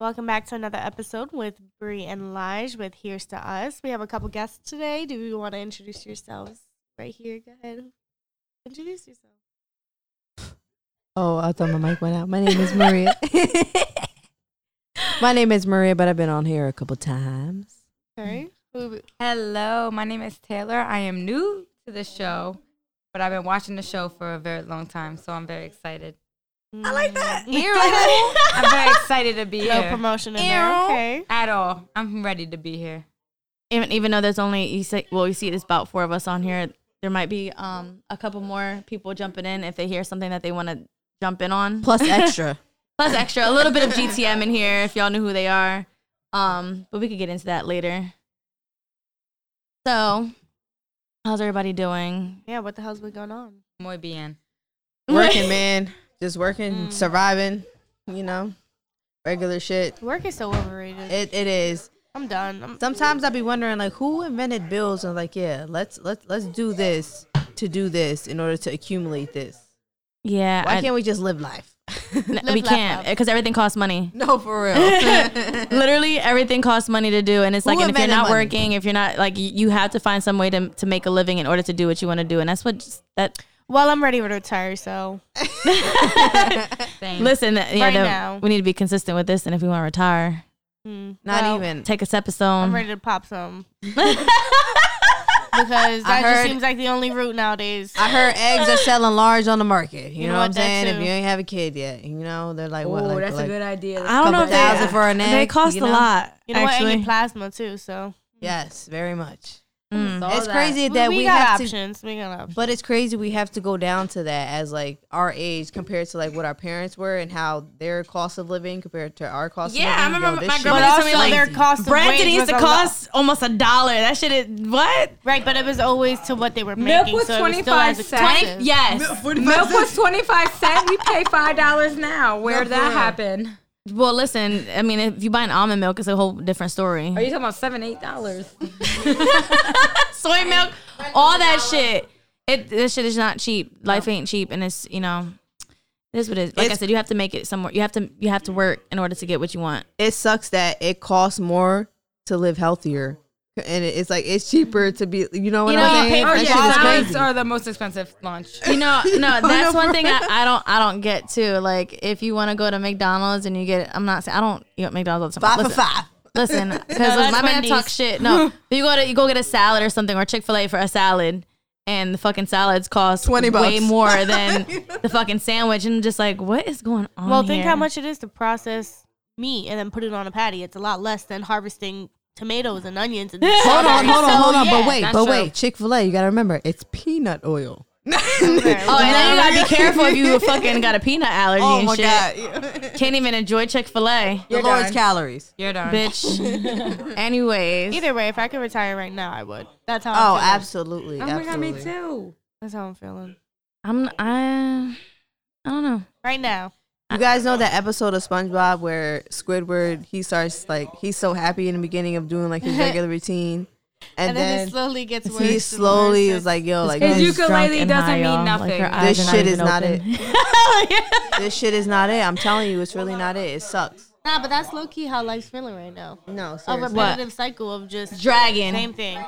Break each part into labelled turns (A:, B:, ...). A: Welcome back to another episode with Bree and Lige with Here's to Us. We have a couple guests today. Do you want to introduce yourselves right here? Go ahead. Introduce yourself.
B: Oh, I thought my mic went out. My name is Maria. my name is Maria, but I've been on here a couple times.
A: All
B: Mm.
A: right. Who-
C: Hello, my name is Taylor. I am new to the show, but I've been watching the show for a very long time, so I'm very excited. Mm,
A: I like that.
C: I'm very excited to be
A: No
C: here.
A: promotion in there.
D: Ew.
A: Okay.
C: At all. I'm ready to be here.
D: even even though there's only you say well you see there's about four of us on here there might be um a couple more people jumping in if they hear something that they want to jump in on
B: Plus extra.
D: plus extra a little bit of gtm in here if y'all knew who they are um but we could get into that later so how's everybody doing
A: Yeah, what the hell's been going on?
C: Muy bien.
B: working, man. Just working, surviving, you know, regular shit.
A: Work is so overrated.
B: It, it is.
A: I'm done. I'm,
B: Sometimes I'd be wondering like who invented bills and like, yeah, let's let's let's do this to do this in order to accumulate this.
D: yeah
B: Why
D: I-
B: can't we just live life?
D: we can't because everything costs money
B: no, for real.
D: literally everything costs money to do and it's like
B: Who
D: and if you're
B: invented
D: not
B: money?
D: working if you're not like y- you have to find some way to, to make a living in order to do what you want to do and that's what just, that
A: well, I'm ready to retire, so
C: Thanks.
D: Listen, th- yeah,
A: Mm-hmm. Right
D: the-
A: now.
D: we need to be consistent with this, and if we want to retire,
A: mm,
B: Not
A: well,
B: even.
D: take a
A: I'm
D: stepstone.
A: ready to pop some. because that just
B: heard-
A: seems like the only route nowadays.
B: I heard eggs are selling large on the market. You,
A: You
B: know,
A: know
B: what I'm
A: what, that
B: saying? If
A: too.
B: you ain't have a kid yet, you know they're like what?
C: Oh,
B: like,
C: that's
B: like
C: a good idea.
D: I don't know if
B: couple thousand
D: they,
B: for an
D: they
B: egg,
D: cost
B: you
D: a
B: know?
D: lot.
A: you know what?
D: actually.
A: I get plasma too, so
B: Yes, very much.
D: Mm.
C: All
B: it's
C: that.
B: crazy that we,
A: we,
B: have
A: got
B: to,
A: options. we got options.
B: but it's crazy we have to go down to that as like our age compared to like what our parents were and how their cost of living compared to our cost.
D: Yeah, I
B: of living.
D: remember
B: this
D: my
B: shit-
D: grandma
A: But
D: But
A: also,
D: something like
A: their cost of
D: Brandon
A: wage
D: used to
A: was a lot-
D: cost almost a dollar. That shit is what?
A: right, but it was always to what they were
C: Milk
A: making.
C: was
A: so it was still
C: 25
A: as expensive.
C: cents.
D: Yes.
C: Milk was 25 cents. We pay $5 now. Where'd
B: No, for
C: that
B: real.
C: happen?
D: Well, listen. I mean, if you buy an almond milk, it's a whole different story.
C: Are you talking about 7 $8?
D: Soy milk, all that shit. It this shit is not cheap. Life ain't cheap, and it's you know, it is what it is. Like I
B: It's-
D: said, you have to make it somewhere. You have to you have to work in order to get what you want.
B: It sucks that it costs more to live healthier, and it- it's like it's cheaper to be. You know what
D: You know,
B: I'm
D: you
B: saying?
D: pay
C: Oh,
B: That
C: yeah.
B: shit is
C: Salads
B: crazy.
C: are the most expensive lunch.
D: You know, no, that's
B: no,
D: one
B: for
D: thing I, I don't I don't get too. Like if you want to go to McDonald's and you get I'm not saying I don't eat at McDonald's all the
B: five for
D: time. listen,
B: five.
D: Listen, because
A: that's
D: my man
A: Wendy's.
D: talk shit. No, but you go to you go get a salad or something or Chick Fil A for a salad, and the fucking salads cost
B: 20 bucks.
D: way more than the fucking sandwich. And I'm just like, what is going on?
A: Well, think
D: here?
A: how much it is to process meat and then put it on a patty. It's a lot less than harvesting tomatoes and onions. And
B: Hold on, hold on, hold on. but wait,
C: that's
B: but
C: true.
B: wait. Chick Fil A, you gotta remember, it's peanut oil.
D: Oh, and then you gotta be careful if you fucking got a peanut allergy and shit.
B: Oh god,
D: Can't even enjoy Chick Fil A,
B: the Lord's calories.
C: You're done.
D: bitch. Anyways,
A: Either way, if I could retire right now, I would. That's how.
B: Oh,
A: I'm feeling.
B: absolutely.
C: Oh my God, me too.
A: That's how I'm feeling
D: I'm I, I don't know.
A: right now.
B: You guys know that episode of SpongeBob where Squidward he starts like he's so happy in the beginning of doing like his regular routine, and,
A: And, then,
B: then,
A: it slowly gets worse.
B: he
A: and
B: slowly
A: worse.
B: is like, "Yo, like
C: His
B: this,
C: ukulele doesn't mean nothing.
B: This shit is not it. this shit is not it. I'm telling you, it's really not it. It sucks."
A: nah, but that's low key how life's feeling right now.
B: No,
A: A
B: seriously.
A: repetitive cycle of just
D: Dragon.
A: same thing.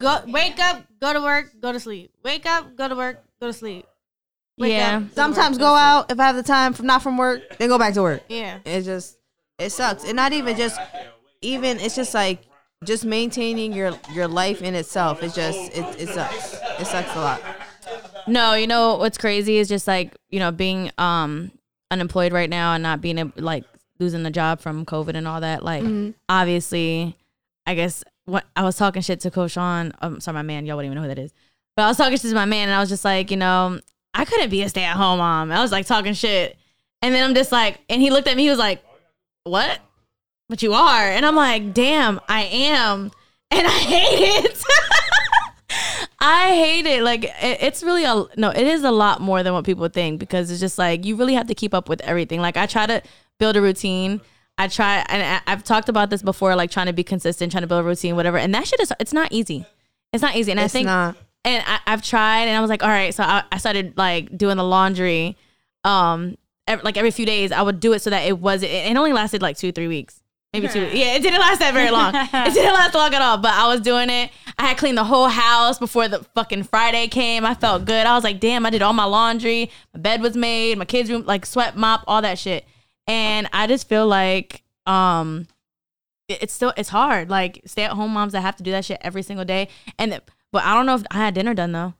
A: Go wake up, go to work, go to sleep. Wake up, go to work, go to sleep. Wake
D: Yeah.
A: up, go to
B: Sometimes
A: work,
B: go out if I have the time from not from work, then go back to work.
A: Yeah.
B: It just it sucks. And not even just even it's just like just maintaining your your life in itself. It just it, it sucks. It sucks a lot.
D: No, you know what's crazy is just like you know being um unemployed right now and not being able, like losing a job from COVID and all that. Like obviously, I guess what I was talking shit to Coach on. I'm sorry, my man. Y'all wouldn't even know who that is. But I was talking shit to my man, and I was just like, you know, I couldn't be a stay at home mom. I was like talking shit, and then I'm just like, and he looked at me. He was like, what? But you are, and I'm like, damn, I am, and I hate it. I hate it. Like it, it's really a no. It is a lot more than what people think because it's just like you really have to keep up with everything. Like I try to build a routine. I try, and I, I've talked about this before. Like trying to be consistent, trying to build a routine, whatever. And that shit is it's not easy. It's not easy. And I
B: It's
D: think
B: not.
D: and I, I've tried, and I was like, all right. So I, I started like doing the laundry, um, ev- like every few days. I would do it so that it wasn't. It, it only lasted like two, three weeks, maybe two. Yeah, it didn't last that very long. it didn't last long at all. But I was doing it. I had cleaned the whole house before the fucking Friday came. I felt good. I was like, damn, I did all my laundry. My bed was made. My kids' room, like swept, mop, all that shit. And I just feel like, um, it- it's still it's hard. Like stay at home moms that have to do that shit every single day. And but I don't know if I had dinner done though.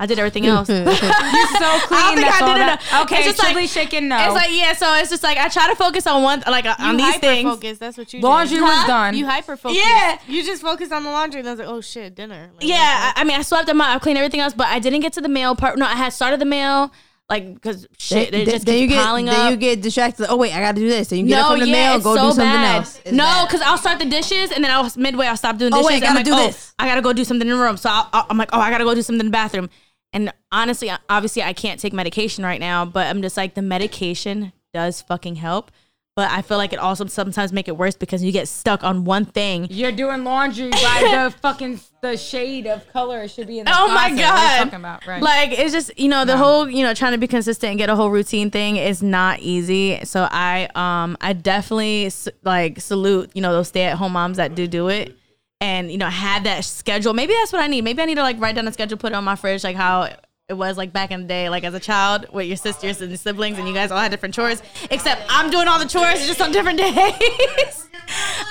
D: I did everything else.
C: You're so clean.
D: I don't think
C: that's
D: I
C: all
D: did
C: that-
D: enough.
C: Okay,
D: It's just
C: chili
D: like-
C: chicken. No,
D: It's like yeah, so it's just like I try to focus on one like uh, on these things.
A: Focus. That's what you.
C: laundry
A: Did.
C: was done.
A: You hyper focus.
D: Yeah.
A: You just focus on the laundry, and I was like, oh shit, dinner. Like,
D: Yeah, I, I mean, I swept them out. I cleaned everything else, but I didn't get to the mail part. No, I had started the mail, like because shit, it just keeps piling
B: get,
D: up.
B: Then you get distracted. Like, oh wait, I got to do this. Then you get up from the mail,
D: it's
B: go do something
D: bad.
B: else. It's
D: no,
B: bad.
D: because I'll start the dishes and then I'll midway I'll stop doing
B: Oh,
D: dishes.
B: wait, gotta
D: I'm like,
B: do
D: oh,
B: this.
D: I gotta go do something in the room. So I'll, I'll, I'm like, oh, I gotta go do something in the bathroom. And honestly, I- obviously, I can't take medication right now, but I'm just like the medication does fucking help. But I feel like it also sometimes make it worse because you get stuck on one thing.
C: You're doing laundry by the fucking the shade of color. It should be in the
D: Oh my
C: closet. What are you
D: god!
C: talking about? Right.
D: Like it's just you know the whole you know trying to be consistent and get a whole routine thing is not easy. So I um I definitely s- like salute you know those stay at home moms that do do it and you know had that schedule. Maybe that's what I need. Maybe I need to like write down a schedule, put it on my fridge, like how. It was like back in the day, like as a child with your sisters and siblings, and you guys all had different chores. Except I'm doing all the chores, just on different days.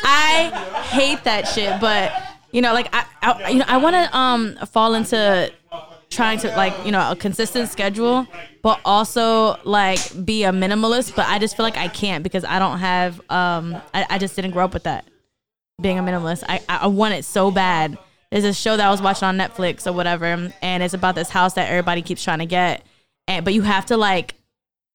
D: I hate that shit, but you know, like I, I you know, I want to um fall into trying to like you know a consistent schedule, but also like be a minimalist. But I just feel like I can't because I don't have um I, I just didn't grow up with that being a minimalist. I, I I want it so bad. There's a show that I was watching on Netflix or whatever, and it's about this house that everybody keeps trying to get, and but you have to like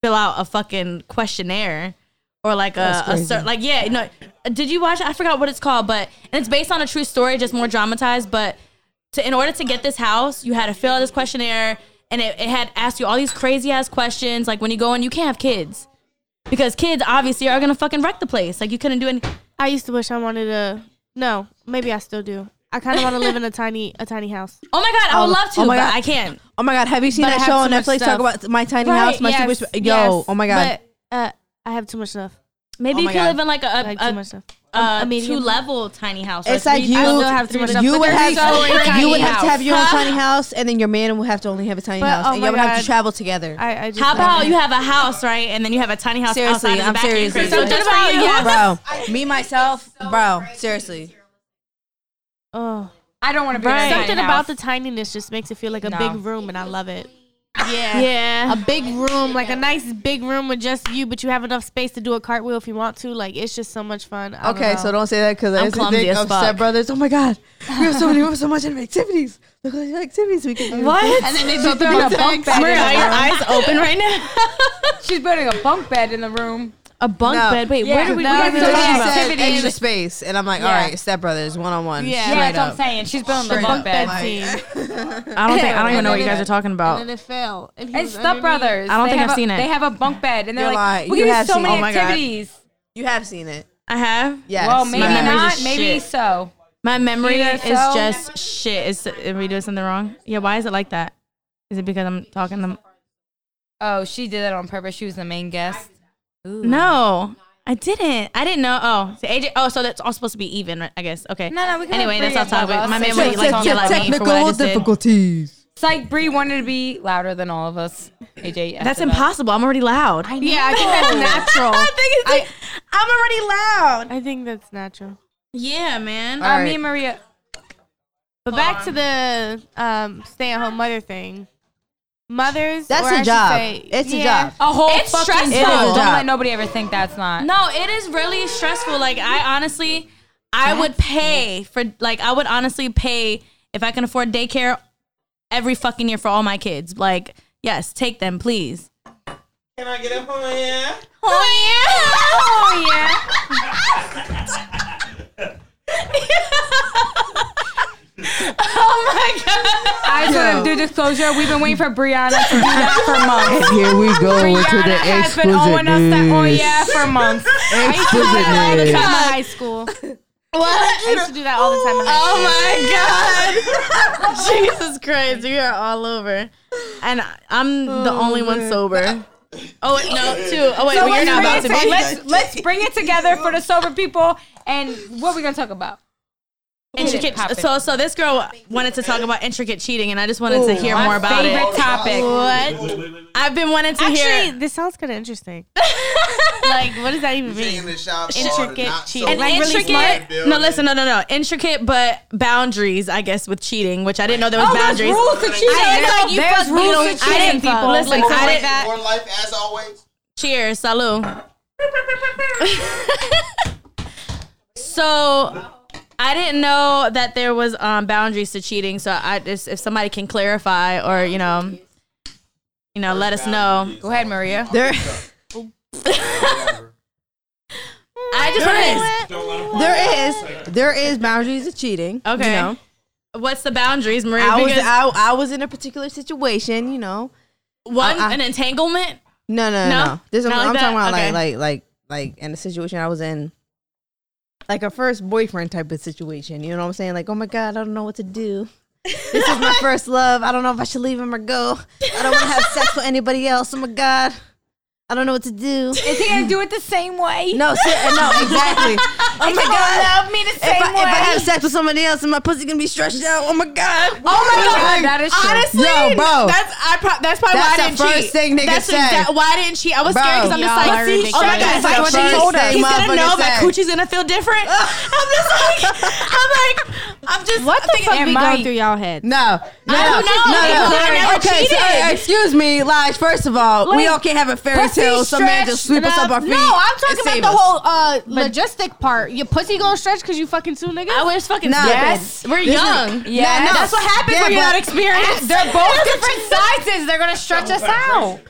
D: fill out a fucking questionnaire or like a, a cer- like yeah no did you watch i forgot what it's called but and it's based on a true story just more dramatized but to in order to get this house you had to fill out this questionnaire and it, it had asked you all these crazy ass questions like when you go in you can't have kids because kids obviously are gonna fucking wreck the place like you couldn't do any
A: I used to wish I wanted a. No, maybe I still do. I kind of want to live in a tiny, a tiny house.
D: oh my god i would
B: Oh,
D: love to
B: oh my
D: but
B: God.
D: i can't
B: Oh my god, have you seen
A: But I
B: that
A: have
B: show
A: too
B: on
A: much
B: Netflix?
A: stuff.
B: Talk about my tiny house, my super. Yo, oh my god.
A: But, uh, I have too much stuff.
D: maybe you
B: my
D: could
B: God.
D: live in like a,
A: Like
D: a,
A: too much stuff.
D: a, Oh a
A: medium.
D: two level tiny house or
B: it's like
D: three-
B: you,
D: I still have too much stuff,
B: you
D: but
B: would
D: there's
B: have,
D: so many tiny
B: you would have to have your own
D: house.
B: tiny house, and then your man would have to only have a tiny
A: But,
B: house,
A: oh
B: and
A: my
B: y'all would have
A: God.
B: to travel together.
A: I, I just
D: How about you have a house, right? And then you have a tiny house
B: Seriously,
D: outside in the
B: I'm
D: back of your
B: serious.
D: crib. So just
A: Something
D: for you.
A: about
B: bro, me myself, bro, seriously.
A: Oh,
C: I don't want to be in a
A: something
C: tiny
A: about
C: house.
A: the tininess just makes it feel like a
C: No.
A: big room, and I love it.
D: Yeah.
A: A big room, like a nice big room with just you, but you have enough space to do a cartwheel if you want to. Like it's just so much fun. I don't
B: Okay,
A: know.
B: so don't say that because I used to
D: clumsy
B: think
D: as
B: of
D: fuck.
B: Step Brothers. Oh my god, we have so many, we have so much activities. Look at the activities we can do.
D: What?
C: And then they built a bunk bed.
D: Maria,
C: in
D: are
C: the
D: your
C: room.
D: eyes open right now?
C: She's building a bunk bed in the room.
D: a bunk
B: No.
D: bed. Wait,
C: Yeah.
D: where do we?
C: No,
D: we
B: I
D: gotta
C: we
D: be
B: mean,
C: don't
D: talking
B: she
C: have
D: about-
B: said
C: activities.
B: extra space, and I'm like, all
C: Yeah.
B: right, Step Brothers, one on one.
A: Yeah.
C: Yeah,
B: straight
C: that's what I'm
B: up.
C: saying. She's building
B: Straight
C: a bunk
B: up.
C: bed.
A: Bed
B: Like-
A: scene.
D: I don't think I don't even know what you guys are talking
A: and
D: about.
A: it fell. If he
C: It's
A: was
C: Step
A: underneath-
C: Brothers.
D: I don't
C: They
D: think
C: have
D: I've
C: a-
D: seen it.
C: They have a bunk bed, and they're
B: You're
C: like,
B: lying.
C: "We
B: You
C: have
B: have
C: so
B: seen-
C: many
B: oh my God.
C: activities."
B: You have seen it,
D: I have.
B: yes.
C: Well, maybe
D: My memory's
C: not.
D: just
C: Maybe
D: shit.
C: so.
D: My memory
C: Either
D: is
C: so-
D: just shit. Is are we doing something wrong? Yeah. Why is it like that? Is it because I'm talking them?
C: Oh, she did that on purpose. She was the main guest.
D: No, I didn't. I didn't know. Oh, so AJ. Oh, so that's all supposed to be even, right? I guess. Okay.
C: No, no, we can
D: Anyway,
C: have
D: that's off
C: three
D: topic.
C: above
D: My
C: us.
D: memory, like,
C: Technical
D: yelled at me for what I just did.
B: difficulties.
C: It's like Bree wanted to be louder than all of us. AJ,
D: That's
C: after that.
D: impossible. I'm already loud. I
A: Yeah, I think that's natural.
D: I think it's. I'm already loud.
A: I think that's natural.
D: Yeah, man.
C: Uh,
B: All right.
C: Me and Maria.
A: But back to the um, stay-at-home mother thing. Mothers.
B: That's
A: or
B: a
A: I should
B: job.
A: say-
B: It's a
A: yeah.
B: job.
C: A whole
D: It's
C: fucking
D: stressful.
B: It is a
C: Don't
B: job.
C: let nobody ever think that's not.
D: No, it is really stressful. Like I honestly, I would pay for like I would honestly pay if I can afford daycare every fucking year for all my kids. Like yes, take them, please.
E: Can I get up on here?
D: Oh yeah. Oh yeah. oh my god.
C: I just want to do disclosure. We've been waiting for Brianna to do that for months.
F: Here we go
C: Brianna
F: into the
C: has been owing us that oh yeah for months.
A: In
F: exquisiteness.
A: my high school. I used to do that all the time. in high
D: Oh my god. Jesus Christ, we are all over. And I- I'm the only one sober. Oh wait, no, two. Oh wait,
C: So
D: well, you're
C: let's
D: not
C: bring
D: about
C: it
D: to
C: to-
D: be.
C: Let's, let's bring it together for the sober people. And what are we gonna talk about?
D: Intricate.
C: Pop it.
D: So, so this girl wanted to talk about intricate cheating, and I just wanted to hear
C: my
D: more about
C: favorite
D: it.
C: topic.
D: What? I've been wanting to hear.
A: Actually, this sounds kind of interesting. like, what does that even
E: in
A: mean?
E: the shop.
A: Intricate cheating.
D: And
A: like, really
D: intricate.
E: smart?
D: no, listen, no, no, no. Intricate, but boundaries, I guess, with cheating, which I didn't know there was
C: Oh, there's
D: boundaries.
C: rules to cheating. There's
D: I didn't like you fuck me, you
C: rules
D: don't-
C: to
D: I
C: cheating,
D: didn't
C: people.
D: people. Listen,
C: Like,
D: I
C: like
D: didn't.
E: More life as always.
D: Cheers, salud. so I didn't know that there was um, boundaries to cheating. So I just, if somebody can clarify or you know, you know, let us know.
C: Go ahead, Maria.
B: There,
D: I just want
E: Don't let 'em
B: there is, there is boundaries to cheating. you
D: Okay.
B: know.
D: to. What's the boundaries, Maria?
B: I was,
D: Because
B: I, I was in a particular situation. You know,
D: one,
B: I- I-
D: an entanglement.
B: No, no,
D: No?
B: no. no. This
D: Not
B: I'm,
D: like
B: I'm talking
D: that?
B: about
D: Okay.
B: like, like, like, like, in the situation I was in, like a first boyfriend type of situation. You know what I'm saying? Like, oh my god, I don't know what to do. This is my first love. I don't know if I should leave him or go. I don't want to have sex with anybody else. Oh my god, I don't know what to do.
C: Is he gonna do it the same way?
B: No, ser- no, exactly. Oh my god.
C: love me the
B: If
C: same
B: I, if
C: way.
B: I have sex with somebody else, and my pussy gonna be stretched out. Oh my god.
C: oh my god, that is true.
D: Honestly,
B: Yo, bro.
D: that's I. Pro- that's
B: That's
D: probably why I
B: the
D: didn't
B: first
D: cheat.
B: thing nigga
D: that's
B: said.
D: exact- why I didn't cheat. I was
B: Bro.
D: scared because I'm
C: Y'all
D: just
C: are
D: like, oh my god,
C: ridiculous.
D: it's like
C: That's
D: when
C: the
D: he
C: first
D: told her,
B: thing
D: he's gonna
B: motherfucker
D: know my
B: said.
D: coochie's gonna feel different. I'm just like, I'm like, I'm just
A: What the
D: thinking,
A: fuck be
C: am I-
A: going through y'all head?
B: No, no,
D: I don't know,
B: no,
D: because I never
B: okay, so,
D: cheated.
B: uh, excuse me, Lige. First of all, we all can't have a fairy
F: pussy
B: tale. Some man just sweep
F: stretched
B: us up our feet.
F: No, I'm talking
B: and
F: about
B: save
F: the
B: us.
F: whole uh, logistic part. Your pussy gonna stretch because you fucking two niggas.
D: I was fucking
B: Nah,
D: stupid.
B: yes.
D: We're
B: This is-
D: young.
B: Yeah, no.
D: That's what happens
B: Yeah,
D: when you're
B: but-
D: not experienced.
F: They're both different sizes. They're gonna stretch us out.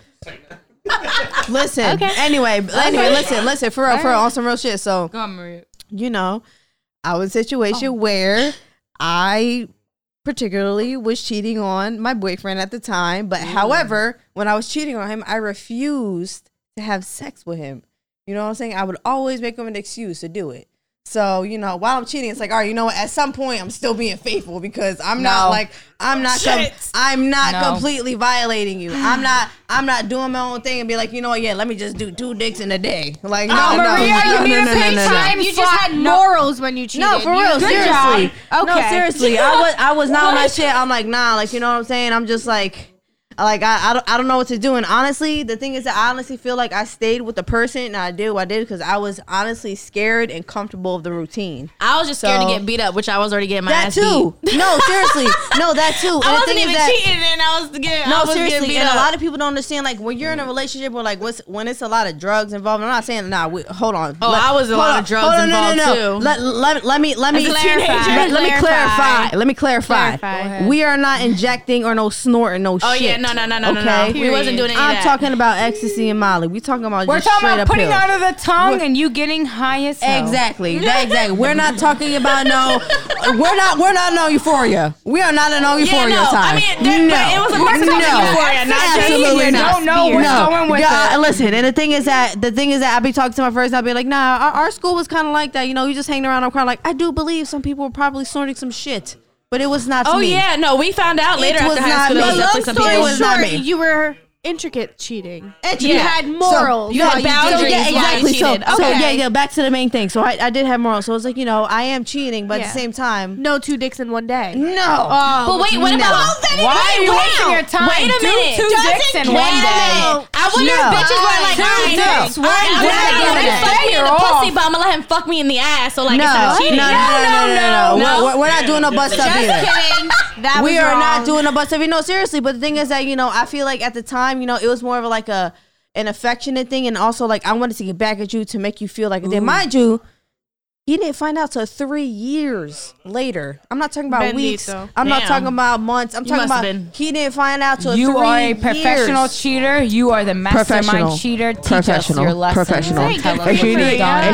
B: Listen, anyway, anyway, listen, listen. For real, for real, on some real shit. So
C: Go on, Maria.
B: you know, I was in a situation
F: Oh.
B: where I particularly was cheating on my boyfriend at the time. But however, when I was cheating on him, I refused to have sex with him. You know what I'm saying? I would always make him an excuse to do it. So, you know, while I'm cheating, it's like, all right, you know what? At some point, I'm still being faithful because I'm not
C: No.
B: like, I'm not, com-
D: Shit.
B: I'm not
C: No.
B: completely violating you. I'm not, I'm not doing my own thing and be like, you know what? Yeah, let me just do two dicks in a day. Like, no,
F: Oh,
B: no,
F: Maria,
B: no,
F: you need
B: no,
F: a
B: no, no,
F: big
B: no, no.
F: time. You just had morals when you cheated.
B: No, for
F: You-
B: real.
F: Good
B: seriously.
F: job.
B: No,
F: Okay.
B: seriously. I was I was not on my shit. I'm like, nah, like you know what I'm saying? I'm just like like I, I, don't, I don't know what to do and honestly the thing is that i honestly feel like i stayed with the person and i did what i did because i was honestly scared and comfortable of the routine
D: I was just scared
B: So-
D: to get beat up, which I was already getting my
B: that
D: ass
B: too
D: beat.
B: no seriously no that too and
D: I
B: the
D: wasn't
B: thing is
D: even
B: that-
D: cheating, and I was getting I
B: no,
D: was getting
B: seriously,
D: beat
B: and
D: up.
B: a lot of people don't understand. Like when you're in a relationship, or like what's when it's a lot of drugs involved. I'm not saying nah. We, hold on.
D: Oh, I was a
B: hold
D: lot of
B: on,
D: drugs
B: hold
D: involved, too.
B: Let, let, let me let me
D: a teenager.
B: Let, let me
A: Clarify.
B: clarify. Let me clarify.
A: Clarify. Go ahead.
B: We are not injecting or no snorting no shit.
D: oh yeah, no, no, no, no, no, no.
B: Okay.
D: We wasn't doing any of
B: I'm
D: that.
B: talking about ecstasy and Molly. We talking about
C: We're
B: just
C: talking
B: straight
C: about
B: up
C: putting
B: pills.
C: out of the tongue and you getting high as hell.
B: Exactly. That- exactly. We're not talking about no. We're not. We're not on euphoria. We are not in on euphoria
D: no.
B: time.
D: I mean, there- but it was a part of
B: no.
D: Euphoria, not just-
B: absolutely
C: You
B: not.
C: don't know what's
B: no.
C: going with
B: Yeah,
C: it.
B: Listen, and the thing is that the thing is that I be talking to my friends. I'll be like, nah, our, our school was kind of like that. You know, you just hanging around. I'm kind of like, I do believe some people were probably snorting some shit, but it was not.
D: Oh
B: me.
D: yeah, no, we found out later
B: was
D: after
B: not
D: high school.
B: me.
D: There was
B: But long
D: definitely some
B: story
D: people-
B: was not
A: Short,
B: me.
A: you were intricate cheating.
B: Intricate.
A: You had morals.
B: So, you had
A: while you
D: boundaries
B: So,
A: did
B: yeah,
A: it.
D: why you
B: exactly. So,
D: cheated.
B: so
D: Okay.
B: yeah, yeah. Back to the main thing. So I, I did have morals. So I was like, you know, I am cheating, but at
A: Yeah.
B: the same time,
A: No two dicks in one day.
B: no.
D: But wait, what
B: No.
D: about
C: Why are you wasting your time?
D: Wait a
C: Do
D: minute.
C: two dicks in one day.
D: I wonder if
B: No.
D: bitches were like,
B: Two
D: all right,
B: dicks,
D: all right, I'm
B: day.
D: not gonna let him
C: Yeah.
D: fuck me in the
C: You're
D: pussy,
C: off.
D: but I'm gonna let him fuck me in the ass. So like,
B: no,
D: it's not
B: no, no,
D: cheating.
B: no, no, no,
D: No?
B: We're, we're not doing no bust up either.
A: kidding. That
B: we
A: was
B: are
A: wrong.
B: not doing a bus every no seriously but the thing is that you know i feel like at the time you know it was more of like a an affectionate thing and also like i wanted to get back at you to make you feel like then mind you he didn't find out till three years later. I'm not talking about weeks.
A: Bendito.
B: I'm not
D: Damn.
B: talking about months. I'm talking
D: must've
B: about
D: been-
B: he didn't find out till
C: You
B: three
C: are a professional
B: years.
C: cheater. You are the mastermind cheater. Teach us your lesson. Tell us
B: If you
C: what
B: need,
C: done.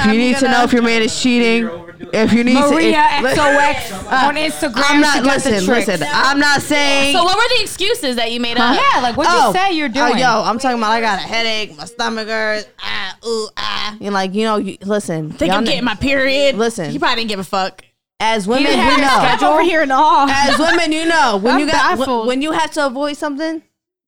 B: if you need to know if your man is cheating, if you need
C: Maria
B: to, if-
C: XOX on Instagram.
B: I'm
C: she
B: not.
C: got the
B: Listen,
C: tricks. Uh,
B: listen. I'm not saying.
D: So what were the excuses that you made up?
C: Yeah, like what you say you're doing.
B: Oh, yo, I'm talking about I got a headache, my stomach hurts, ah, ooh, ah. And like, you know, you, listen.
D: Think
B: y'all
D: I'm
B: kn-
D: getting my period.
B: Listen.
D: He probably didn't give a fuck.
B: as women,
C: had
B: we
C: a
B: know.
A: I'm over here in awe.
B: As women, you know when
A: I'm
B: you got when,
A: baffled.
B: when you have to avoid something,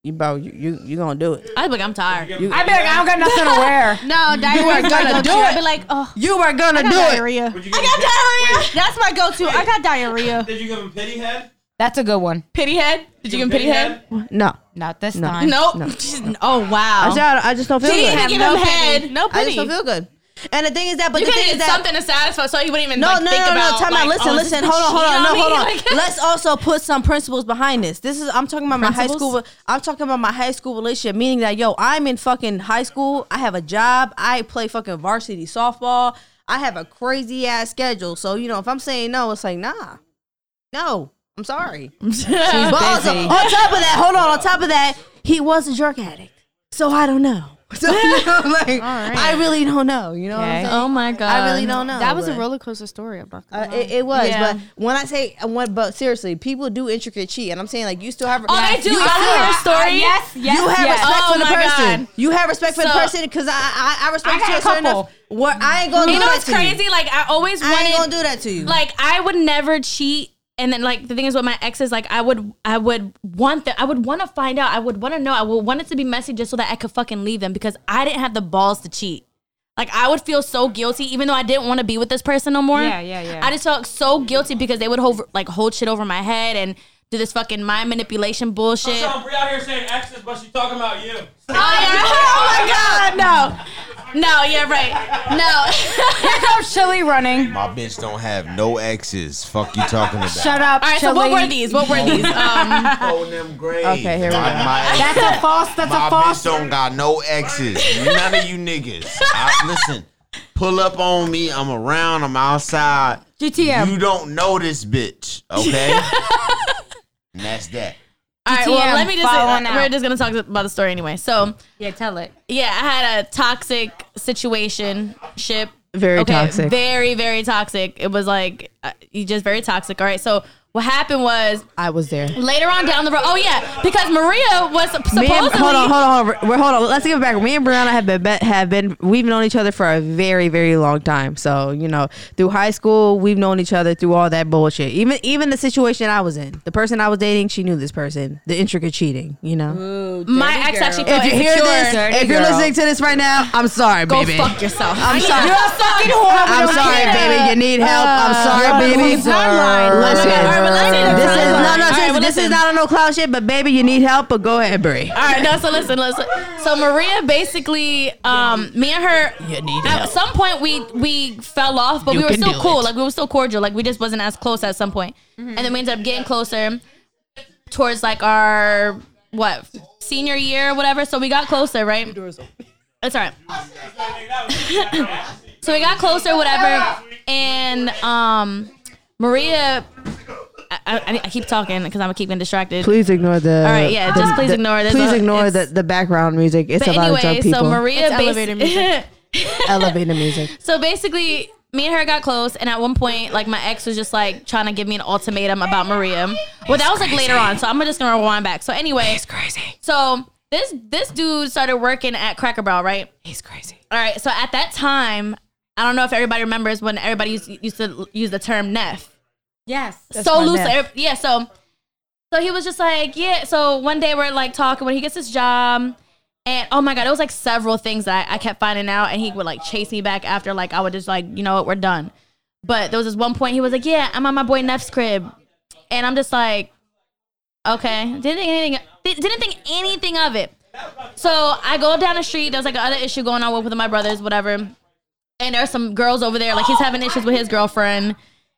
B: you bro, you you, you gonna do it.
D: I was like, I'm tired.
B: You,
F: I be like, I don't got nothing to wear.
A: No, diarrhea.
B: gonna
A: go-to.
B: do
A: I'd
B: it.
A: be like, oh,
B: you are gonna
A: I
B: do
A: got
B: it.
A: diarrhea.
E: Would you
A: I
E: give him
A: got
E: pit-
A: diarrhea. That's my go-to. I got diarrhea.
E: Did you give him pity head?
F: That's a good one.
D: Pity head? Did you give him pity head?
B: No,
F: Not this
B: No.
F: time.
D: Nope.
B: No.
D: oh
B: I
D: wow.
B: just, I just don't feel
D: She
B: good.
D: didn't give
F: no
D: him
F: pity.
D: head. No
B: I just
D: pity.
B: don't feel good. And the thing is that, but
D: You
B: the
D: could
B: thing
D: have
B: is
D: did
B: that
D: something to satisfy, so you wouldn't even
B: No,
D: like,
B: no,
D: think
B: no, no,
D: about.
B: no. Time
D: like,
B: out. Listen,
D: oh, is
B: listen.
D: this
B: Hold on, hold
D: cheating
B: on. No,
D: me?
B: hold on.
D: Like-
B: Let's also put some principles behind this. This is I'm talking about my high
D: Principles?
B: school. I'm talking about my high school relationship, meaning that yo, I'm in fucking high school. I have a job. I play fucking varsity softball. I have a crazy ass schedule. So you know, if I'm saying no, it's like nah, no. I'm sorry. But also, on top of that, hold on. On top of that, he was a drug addict. So I don't know. So you know, like, I really don't know. You know what I'm
F: Okay.
B: saying?
D: Oh my god.
B: I really don't know.
A: That was a
B: but-
A: roller coaster story. I'm not
B: uh,
A: gonna lie.
B: it, it was,
D: Uh-huh. Yeah.
B: but when I say I want, but seriously, people do intricate cheat, and I'm saying like you still have.
D: Oh, they do.
B: You,
D: I heard her story.
F: yes, yes.
B: you have
F: yes.
B: respect
D: Oh
B: for the
D: my
B: person.
D: God.
B: You have respect for the
D: So-
B: person because I, I I
F: I
B: respect
F: got
B: you
F: a
B: a certain
F: couple.
B: enough. Where I ain't gonna
D: You
B: do
D: know
B: that
D: what's
B: to you.
D: crazy? Like I always
B: I ain't
D: wanted
B: gonna do that to you.
D: like I would never cheat. And then like the thing is with my exes, like I would I would want that I would want to find out. I would want to know. I would want it to be messy just so that I could fucking leave them because I didn't have the balls to cheat. Like I would feel so guilty, even though I didn't want to be with this person no more.
F: Yeah, yeah, yeah.
D: I just felt so guilty because they would hold like hold shit over my head and do this fucking mind manipulation bullshit.
E: Sean Bree out here saying exes, but she talking about you.
D: Oh, yeah. oh my god, no, no, yeah, right, no.
F: Here comes Chili running.
G: My bitch don't have no exes. Fuck you talking about.
F: Shut up,
D: All right, so
F: Chili.
D: what were these? What were these? Um,
G: Holding them grave.
B: Okay, here we
G: my,
B: go.
G: My,
F: That's a false. That's
G: my
F: a false.
G: bitch don't got no exes. None of you niggas. I, listen, pull up on me. I'm around. I'm outside.
F: GTM.
G: You don't know this bitch, okay? and that's that.
D: All right,
F: GTM,
D: well, let me just.
F: following out.
D: We're just gonna talk about the story anyway. So,
F: Yeah, tell it.
D: yeah, I had a toxic situation ship.
B: Very toxic.
D: Very, very toxic. It was like uh, you just very toxic. All right, so what happened was
B: I was there.
D: later on down the road. Oh yeah, because Maria was supposedly.
B: Me and, hold on, hold on, hold on. We're- hold on. Let's give it back. Me and Brianna have been, be- have been we've known each other for a very very long time. So you know, through high school, we've known each other through all that bullshit. Even even the situation I was in, the person I was dating, she knew this person. The intricate cheating, you know.
D: My ex actually called
B: if you hear
D: Mm, insecure.
B: this, if you're listening to this right now, I'm sorry,
D: Go
B: baby.
D: fuck yourself.
B: I'm sorry.
D: fucking horrible.
B: I'm sorry, baby. You need help. I'm
D: Uh,
B: sorry, baby.
F: loser. Timeline.
B: Listen,
D: All right, well, let's end the
B: this is
D: timeline.
B: no,
D: All
B: no.
D: right,
B: sis,
D: well,
B: this is
D: listen.
B: not on no cloud shit, but baby, you need help. But go ahead, Brie.
D: All right, no, so listen, listen. So Maria basically, um, me and her, at some point we we fell off, but we were still cool. Like we were still cordial. Like we just wasn't as close at some point.
A: Mm-hmm.
D: And then we ended up getting closer towards like our what senior year or whatever. So we got closer, right? That's all right. so we got closer, whatever, and um, Maria. I, I, I keep talking because I'm keep getting distracted.
B: Please ignore the.
D: All right, yeah, just please ignore this.
B: Please
D: Uh,
B: ignore the,
D: it's-
B: the background music. It's
D: But
B: about anyway,
D: anyway,
B: people.
D: so Maria
A: It's elevator
D: basi-
A: music.
B: elevator music.
D: so basically, me and her got close, and at one point, like my ex was just like trying to give me an ultimatum about Maria. Well, that was like later on, so I'm just gonna rewind back. So anyway, he's crazy. So this this dude started working at Cracker Barrel, right? He's crazy. All right, so at that time, I don't know if everybody remembers when everybody used, used to use the term "neff."
F: Yes.
D: so loose. Every- Yeah, so so he was just like, yeah. So one day we're like talking when he gets his job. And oh my god, it was like several things that I, I kept finding out, and he would like chase me back after like I would just like, you know what, we're done. But there was this one point he was like, Yeah, I'm on my boy Neff's crib. And I'm just like, Okay. Didn't think anything didn't think anything of it. So I go down the street, there's like another issue going on with one of my brothers, whatever. And there's some girls over there, like he's having issues with his girlfriend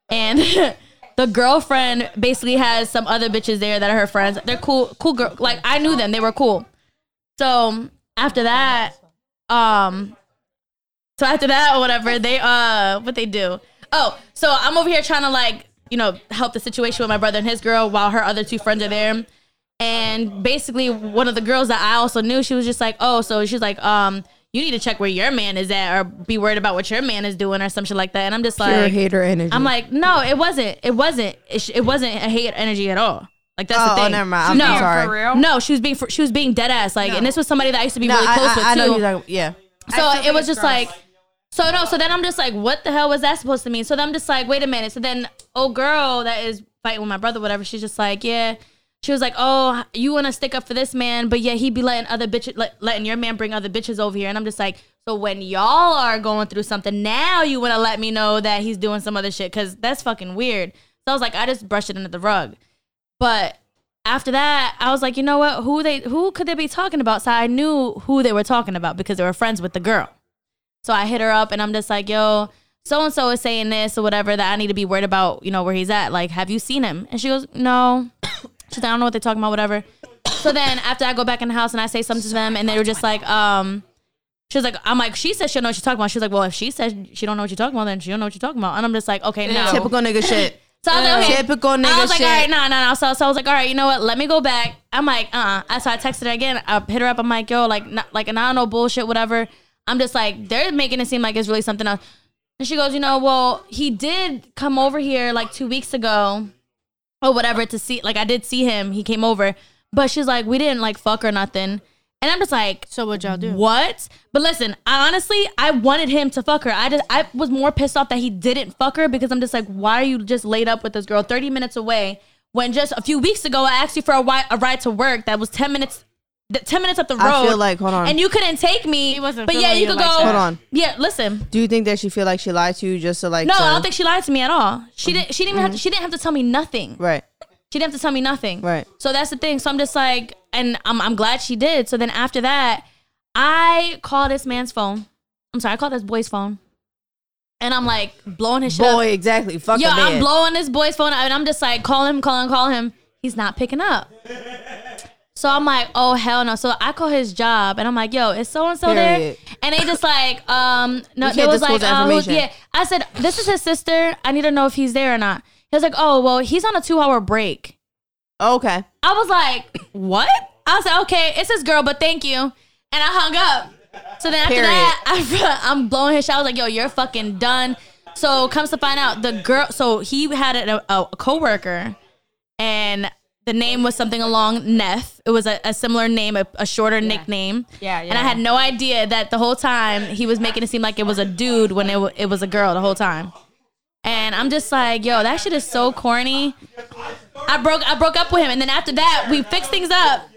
D: and the girlfriend basically has some other bitches there that are her friends. They're cool, cool girl. Like I knew them; they were cool. So after that, um, so after that or whatever, they uh, what they do? Oh, so I'm over here trying to like you know help the situation with my brother and his girl while her other two friends are there. And basically, one of the girls that I also knew, she was just like, "Oh, so she's like, um, you need to check where your man is at, or be worried about what your man is doing, or some shit like that." And I'm just
B: Pure
D: like,
B: hater energy.
D: I'm like, no, it wasn't. It wasn't. It, sh- it wasn't a hate energy at all. Like that's
B: oh,
D: the
B: oh,
D: thing.
B: never mind. I'm,
D: no,
B: I'm sorry.
F: For real?
D: no, she was being fr- she was being dead ass. Like, and this was somebody that I used to be
B: No,
D: really
B: I,
D: close with
B: I, I know
D: too.
B: you're talking. Yeah.
D: so it was just like, so no. So then I'm just like, what the hell was that supposed to mean? So then I'm just like, wait a minute. So then, old girl that is fighting with my brother, whatever. She's just like, yeah. she was like, "Oh, you want to stick up for this man, but yeah, he be letting other bitches, let, letting your man bring other bitches over here." And I'm just like, "So when y'all are going through something, now you want to let me know that he's doing some other shit because that's fucking weird." So I was like, I just brushed it under the rug. But after that, I was like, you know what? Who they who could they be talking about? So I knew who they were talking about because they were friends with the girl. So I hit her up and I'm just like, yo, so and so is saying this or whatever that I need to be worried about, you know, where he's at. Like, have you seen him? And she goes, No. She's like, I don't know what they're talking about, whatever. So then after I go back in the house and I say something to them and they were just like, um, she was like, I'm like, she says she don't know what she's talking about. She's like, well, if she says she don't know what you're talking about, then she don't know what you're talking about. And I'm just like, okay, no.
B: Typical nigga shit.
D: Oh. So I was like, okay.
B: Typical nigga
D: I was like,
B: shit.
D: all right, no, no, no. So, so I was like, all right, you know what? Let me go back. I'm like, uh. uh So I texted her again. I hit her up. I'm like, yo, like, not, like, and I don't know bullshit, whatever. I'm just like, they're making it seem like it's really something else. And she goes, you know, well, he did come over here like two weeks ago, or whatever, to see. Like, I did see him. He came over, but she's like, we didn't like fuck or nothing. And I'm just like,
A: So what y'all do?
D: what? But listen, I honestly, I wanted him to fuck her. I just, I was more pissed off that he didn't fuck her because I'm just like, why are you just laid up with this girl 30 minutes away when just a few weeks ago I asked you for a, wi- a ride to work that was 10 minutes, th- 10 minutes up the road.
B: I feel like, hold on.
D: and you couldn't take me.
A: He wasn't
D: but yeah,
A: feeling
D: you
A: you
D: could
A: like
D: go.
A: that.
B: Hold on.
D: Yeah, listen.
B: Do you think that she feel like she lied to you just to like?
D: No,
B: to-
D: I don't think she lied to me at all. She didn't. She didn't
B: Mm-hmm.
D: even have. To, she didn't have to tell me nothing.
B: Right.
D: She didn't have to tell me nothing.
B: Right.
D: So that's the thing. So I'm just like, and I'm, I'm glad she did. So then after that, I call this man's phone. I'm sorry, I call this boy's phone. And I'm like blowing his shit up.
B: Boy, exactly. Fuck
D: Yo,
B: a
D: I'm
B: man.
D: blowing this boy's phone out and I'm just like, call him, call him, call him. He's not picking up. So I'm like, oh hell no. So I call his job and I'm like, yo, is so and so there?
B: Period.
D: And they just like, um, no,
B: You
D: they
B: can't
D: was
B: disclose
D: like,
B: that
D: uh, who's-
B: information.
D: yeah. I said, this is his sister. I need to know if he's there or not. He was like, oh well, he's on a two hour break.
B: okay.
D: I was like, what? I was like, okay, it's this girl, but thank you. And I hung up. So then after
B: Period.
D: that, I, I'm blowing his shot. I was like, yo, you're fucking done. So comes to find out, the girl, so he had a, a, a coworker and the name was something along Neff. It was a, a similar name, a, a shorter nickname.
C: Yeah,
D: And I
C: yeah.
D: had no idea that the whole time he was making it seem like it was a dude when it, wa- it was a girl the whole time. And I'm just like, yo, that shit is so corny. I broke I broke up with him, and then after that, we fixed things up.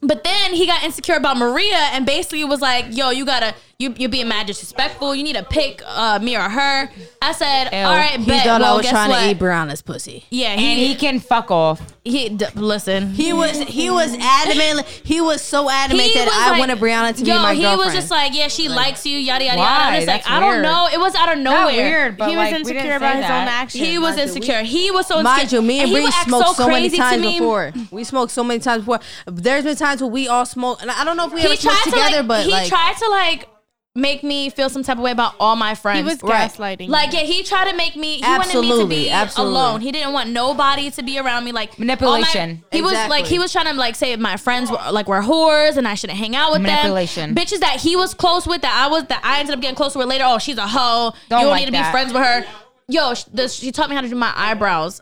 D: But then he got insecure about Maria, and basically was like, "Yo, you gotta you you're being mad disrespectful. You need to pick uh, me or her." I said,
C: Ew.
D: "All right,
B: He
D: bet.
B: thought
D: well,
B: I was
D: guess
B: trying
D: what?
B: to eat Brianna's pussy.
D: Yeah,
C: And
D: he
C: he can fuck off.
D: he d- listen.
B: He was he was adamant. He was so adamant
D: He
B: that
D: was
B: I
D: like-
B: wanted Brianna to
D: yo,
B: be my
D: he
B: girlfriend.
D: was just like, yeah, she likes you, yada yada yada. I'm
C: Why?
D: just like,
C: That's
D: I don't
C: weird.
D: know. It was out of nowhere.
C: Not weird, but
A: he was
C: like, we didn't
A: insecure
C: say
A: about his own
C: that.
A: actions.
D: He was insecure. He was so
B: Mind you,
D: insecure.
B: me and
D: he
B: Bree
D: would act
B: smoked so, many
D: crazy to
B: times
D: me.
B: before. We smoked so many times before. There's been times where we all smoked, and I don't know if we ever smoked together,
D: like,
B: but
D: he
B: like,
D: tried to like make me feel some type of way about all my friends.
A: He was
B: Right.
A: gaslighting.
D: like yeah, he tried to make me. He wanted me
B: Absolutely,
D: to be
B: absolutely.
D: alone. He didn't want nobody to be around me. Like all my-
C: Manipulation.
D: he was like
B: Exactly.
D: he was trying to like say my friends were like were whores and I shouldn't hang out with
C: Manipulation.
D: them. Bitches that he was close with that I was that I ended up getting closer with later. Oh, she's a hoe.
C: Don't
D: you don't
C: like
D: need to be
C: that.
D: friends with her. Yo, sh- this, she taught me how to do my eyebrows,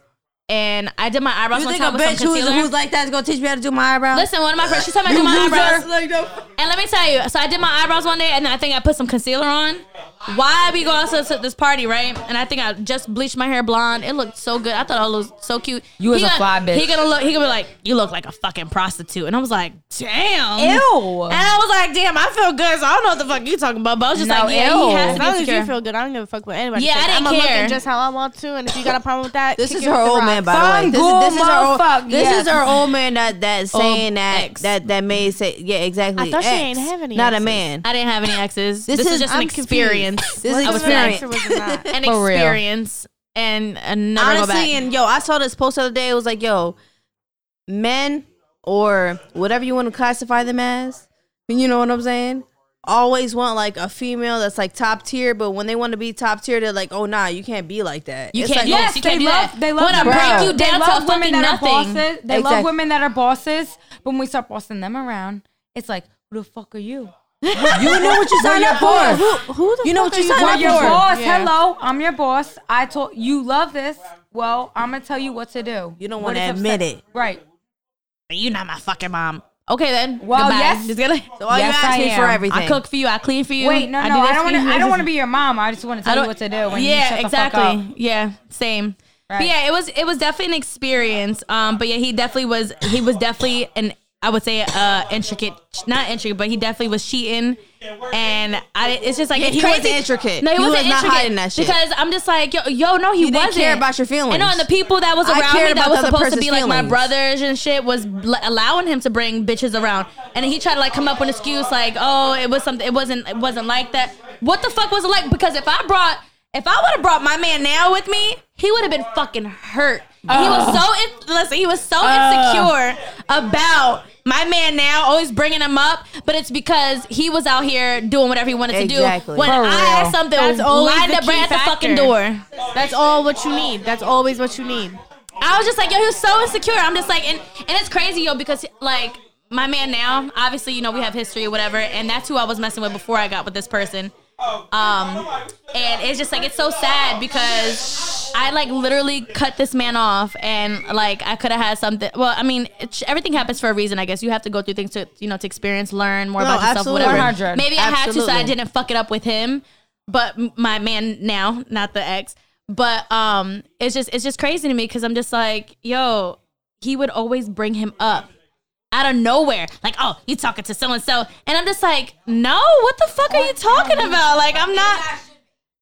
D: and I did my eyebrows
B: you
D: one
B: think a
D: time with some
B: bitch who's,
D: concealer.
B: who's like that is gonna teach me how to do my eyebrows?
D: Listen, one of my friends, she taught me how to do my eyebrows.
B: Like, no.
D: And let me tell you, so I did my eyebrows one day, and then I think I put some concealer on. Why we go out to to this party, right? And I think I just bleached my hair blonde. It looked so good. I thought I looked so cute.
C: You
D: He
C: was a
D: gonna-
C: fly bitch.
D: He gonna look. He gonna be like, "You look like a fucking prostitute," and I was like, "Damn."
C: Ew.
D: And I was like, "Damn, I feel good." So I don't know what the fuck you talking about, but I was just
C: No,
D: like, "Yeah,
C: ew.
D: he
B: Oh.
D: has
A: As
D: to
A: long
D: be
A: as you
D: secure."
A: feel good, I don't give a fuck what anybody.
D: Yeah, I didn't
A: am
D: care.
A: looking just how I want to, and if you got a problem with that,
B: This
A: kick
B: is
A: it
B: her
A: with the
B: old
A: rocks.
B: man, by the way. This,
C: Fun
B: is- this is her old.
C: motherfuck,
B: This
C: yes.
B: is her old man that that's saying that
D: ex.
B: that that may say yeah exactly.
A: I thought she
B: ex,
A: ain't have any
B: Not a
A: exes.
B: man.
D: I didn't have any exes. This, is, just an
B: I'm confused.
D: experience.
B: This is
D: I
A: Even
D: would
A: if the
D: say
A: answer was not.
D: an
C: For real.
D: experience, and uh, never go back.
B: Honestly, and yo, I saw this post the other day. It was like, yo, men or whatever you want to classify them as, you know what I'm saying? Always want like a female that's like top tier, but when they want to be top tier, they're like, oh nah, you can't be like that.
D: You
B: It's
D: can't
B: like,
D: do
B: oh,
D: this. You can't do that.
C: They love
D: Wanna
C: them.
D: break you
C: They
D: down to
C: love
D: a
C: women
D: fucking
C: that are
D: nothing.
C: bosses. They
B: Exactly.
C: love women that are bosses. But when we start bossing them around, it's like, who the fuck are you?
B: oh, you know what you signed up for. Who, the you know what you signed
C: Well,
B: up
C: your
B: for.
C: boss. Hello, I'm your boss. I told you love this. Well, I'm gonna tell you what to do.
B: You don't
C: What
B: wanna
C: is upset-
B: admit it.
C: right?
D: you not my fucking mom. Okay then.
C: Well,
D: Goodbye.
C: yes.
D: Just gonna-
B: So all
C: Yes,
B: you ask
C: I
B: me
C: am.
B: for
C: I
B: everything.
D: I cook for you. I clean for you.
C: Wait, no, no,
D: do this
C: I don't
D: for
C: want
D: you,
C: to. I
D: this
C: don't want to
D: is-
C: be your mom. I just want to
D: I
C: tell you
D: don't-
C: what to do. When you
D: yeah,
C: shut the fuck
D: exactly.
C: up.
D: Yeah, same. But yeah, it was it was definitely an experience. Um, but yeah, he definitely was he was definitely an I would say uh intricate not intricate, but he definitely was cheating. And I it's just like
B: Yeah,
D: it's
B: he
D: crazy.
B: wasn't intricate.
D: No, he,
B: He
D: wasn't
B: was not
D: intricate
B: hiding that shit.
D: because I'm just like yo yo no he,
B: You didn't
D: wasn't
B: care about your feelings.
D: And on the people that was
B: I
D: around
B: cared
D: me
B: about
D: that was
B: the other
D: supposed to
B: person's
D: be like my
B: feelings.
D: brothers and shit was bl- allowing him to bring bitches around. And he tried to like come up with an excuse like oh it was something it wasn't it wasn't like that. What the fuck was it like? Because if I brought if I would have brought my man now with me, he would have been fucking hurt. And He was
A: Oh.
D: so in- listen. He was so insecure about my man now, always bringing him up. But it's because he was out here doing whatever he wanted to
B: Exactly.
D: do. When
B: For
D: I had something
A: That's always
D: lined
A: the
D: up right at
A: key
D: the fucking
A: factor.
D: door,
A: That's all what you need. That's always what you need.
D: I was just like, yo, he was so insecure. I'm just like, and and it's crazy, yo, because like my man now, obviously, you know, we have history or whatever, and that's who I was messing with before I got with this person. Um, and it's just like it's so sad because I like literally cut this man off, and like I could have had something. Well, I mean, it, everything happens for a reason, I guess. You have to go through things to you know to experience, learn more
B: No,
D: about yourself,
B: absolutely.
D: whatever.
C: 100.
D: Maybe I had to, so I
B: Absolutely.
D: didn't fuck it up with him. But m- my man now, not the ex. But um, it's just it's just crazy to me because I'm just like, yo, he would always bring him up out of nowhere. Like, oh, you talking to so and so, and I'm just like, no, what the fuck are you talking about? Like, I'm not.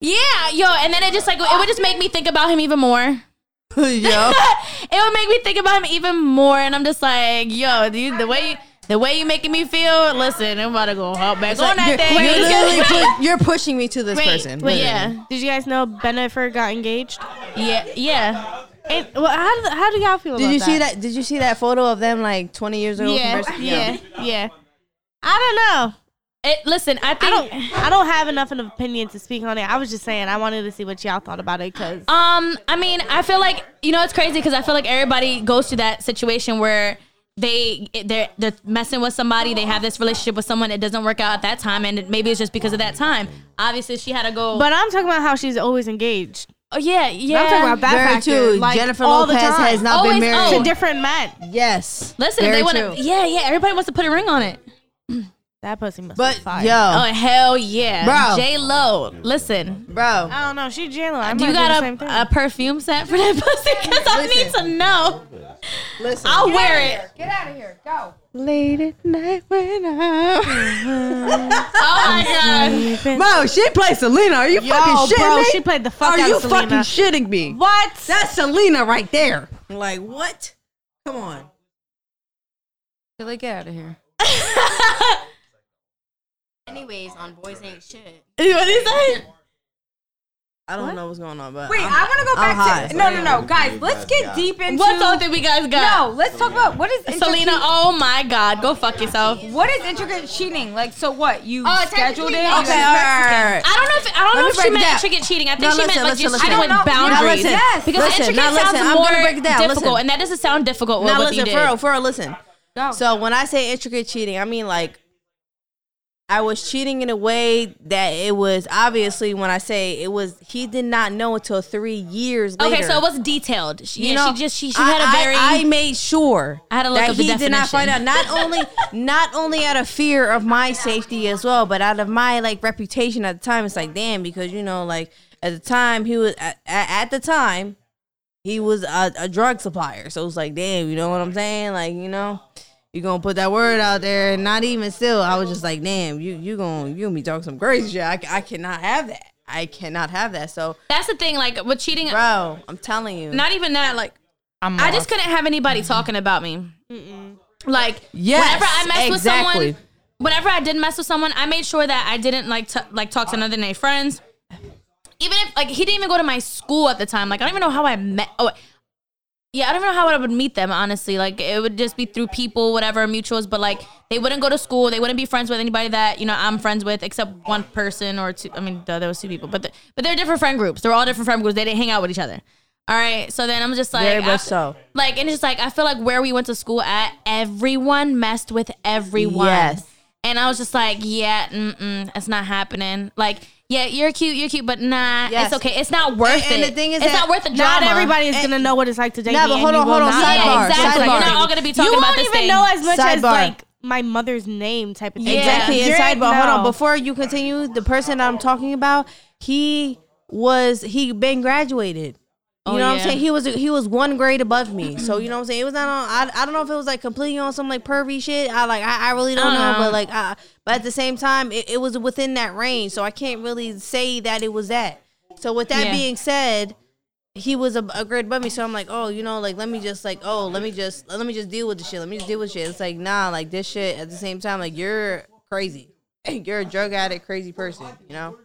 D: Yeah, yo, and then it just like it would just make me think about him even more.
B: Yo.
D: It would make me think about him even more, and I'm just like, yo, you, the way you, the way you making me feel. Listen, I'm about to go hop back on that
B: You're,
D: thing.
B: you're literally pu- you're pushing me to this person.
D: Wait,
B: literally.
D: yeah,
A: Did you guys know Benifer got engaged?
D: yeah, yeah.
A: And, well, how do, how do y'all feel
B: Did
A: about
B: you
A: that?
B: see that? Did you see that photo of them like 20 years ago?
A: Yeah,
B: versus-
A: yeah, yeah. I don't know.
D: It, listen, I
A: I
D: think.
A: don't. I don't have enough of an opinion to speak on it. I was just saying I wanted to see what y'all thought about it because
D: Um, I mean, I feel like you know it's crazy because I feel like everybody goes through that situation where they they're they're messing with somebody, they have this relationship with someone, it doesn't work out at that time, and it- maybe it's just because of that time. Obviously, she had to go.
A: But I'm talking about how she's always engaged
D: oh, yeah, yeah.
A: talking about that
B: Very
A: factor,
B: true.
A: like,
B: Jennifer
A: all the
B: Lopez
A: time.
B: has not
D: Always-
B: been married.
D: oh.
A: to different men.
B: Yes.
D: Listen, if
B: Very
D: they want to,
B: true.
D: yeah, yeah. Everybody wants to put a ring on it.
A: That pussy must
B: But
A: be fire.
B: yo,
D: Oh, hell yeah,
B: Bro.
D: J Lo, listen.
B: bro,
A: I don't know. She J Lo. I
D: Do
A: might
D: you
A: the
D: got
A: same thing.
D: a, a perfume set for that pussy? Because I
B: Listen.
D: need to know.
B: listen.
D: I'll wear it.
C: Get out of here. Go.
B: Late at night when
A: Uh-huh.
B: I'm.
D: Oh my god.
B: bro, she played Selena. Are you
A: Oh,
B: fucking shitting
A: bro,
B: me?
A: she played the fuck
B: Are
A: out
B: you
A: of Selena.
B: fucking shitting me?
A: what?
B: That's Selena right there. Like what? Come on.
C: Really get out of here.
H: Anyways, on boys ain't shit.
D: What is that?
B: I don't know what's going on, but
C: Wait,
B: I'm-
C: i want to go
B: I'm
C: back to
B: high.
C: no, no, no, guys. Let's get deep into
D: What's all that we guys got?
C: No, let's talk about what is
D: Selena,
C: intricate-
D: oh my God, go fuck yourself. I
C: What is intricate cheating? Like, so what? You
D: Oh,
C: scheduled it?
D: technically,
C: You
D: okay,
B: alright.
C: guys-
D: don't know if I don't
B: Let
D: know
B: me
D: if she
B: break it
D: meant
B: down.
D: intricate cheating. I think
B: No,
D: she
B: listen,
D: meant like
B: listen,
D: just
B: listen.
D: cheating
C: I
D: with
C: don't know.
B: Now
D: boundaries.
B: listen,
C: Yes,
D: because
B: listen,
D: intricate
B: now
D: sounds
B: listen, I'm
D: more
B: gonna break it down.
D: difficult,
B: Listen.
D: and that doesn't sound difficult.
B: Now
D: what
B: listen,
D: you
B: for
D: did.
B: real, for real, listen.
C: Go.
B: So when I say intricate cheating, I mean like I was cheating in a way that it was obviously when I say it was he did not know until three years later.
D: Okay, so it was detailed. She, yeah, she just she, she
B: I,
D: had a
B: I-
D: very
B: I, made sure
D: I had to look
B: that
D: up the
B: he did not find out.
D: definition.
B: Not only not only out of fear of my safety as well, but out of my like reputation at the time. It's like damn, because you know, like at the time he was at, at at the time he was a, a drug supplier. So it's like damn, you know what I'm saying? Like you know. You gonna put that word out there, and not even still. I was just like, "Damn, you you gonna you gonna be talking some crazy shit." I, I cannot have that. I cannot have that. So,
D: That's the thing, like with cheating.
B: bro, I'm telling you,
D: Not even that, like
C: I'm
D: I just couldn't have anybody talking about me. Like
B: Yes,
D: whenever I messed
B: exactly.
D: with someone, whenever I did mess with someone, I made sure that I didn't like t- like talk to another than their friends. Even if like he didn't even go to my school at the time, like I don't even know how I met. Oh, yeah, I don't even know how I would meet them honestly. Like it would just be through people, whatever mutuals. But like they wouldn't go to school, they wouldn't be friends with anybody that you know I'm friends with, except one person or two. I mean, duh, there was two people, but the, but they're different friend groups. They're all different friend groups. They didn't hang out with each other. All right, so then I'm just like
B: very much
D: after-
B: so.
D: like and it's just like I feel like where we went to school at, everyone messed with everyone.
B: Yes.
D: And I was just like, yeah, mm-mm, that's not happening. Like, yeah, you're cute, you're cute, but nah,
B: Yes.
D: it's okay. It's not worth
B: And- and
D: it.
B: the thing is
D: it's
B: that
D: not worth the
A: Not
D: drama.
A: everybody is gonna know what it's like to date
B: No,
A: me,
B: but
A: and
B: hold
A: you
B: on,
A: will
B: hold on.
A: not.
D: Yeah,
B: Sidebar,
D: exactly.
B: sidebar.
D: We're not all gonna be
A: You
D: talking
A: won't
D: about this
A: even
D: thing.
A: know as much as
B: Sidebar.
A: like my mother's name type of thing.
D: Yeah.
B: Exactly.
A: You're-
B: Inside, but hold on.
A: no.
B: Before you continue, the person I'm talking about, he was he been graduated.
D: Oh,
B: You know what
D: yeah.
B: I'm saying? He was he was one grade above me, so you know what I'm saying. It was not on. I, I don't know if it was like completely on some like pervy shit. I like I, I really don't
D: I don't
B: know,
D: know.
B: but like I, but at the same time, it, it was within that range, so I can't really say that it was that. So with that
D: Yeah.
B: being said, he was a, a grade above me, so I'm like, oh, you know, like let me just like oh let me just let me just deal with the shit. Let me just deal with shit. It's like nah, like this shit. At the same time, like you're crazy. You're a drug addict, crazy person. You know.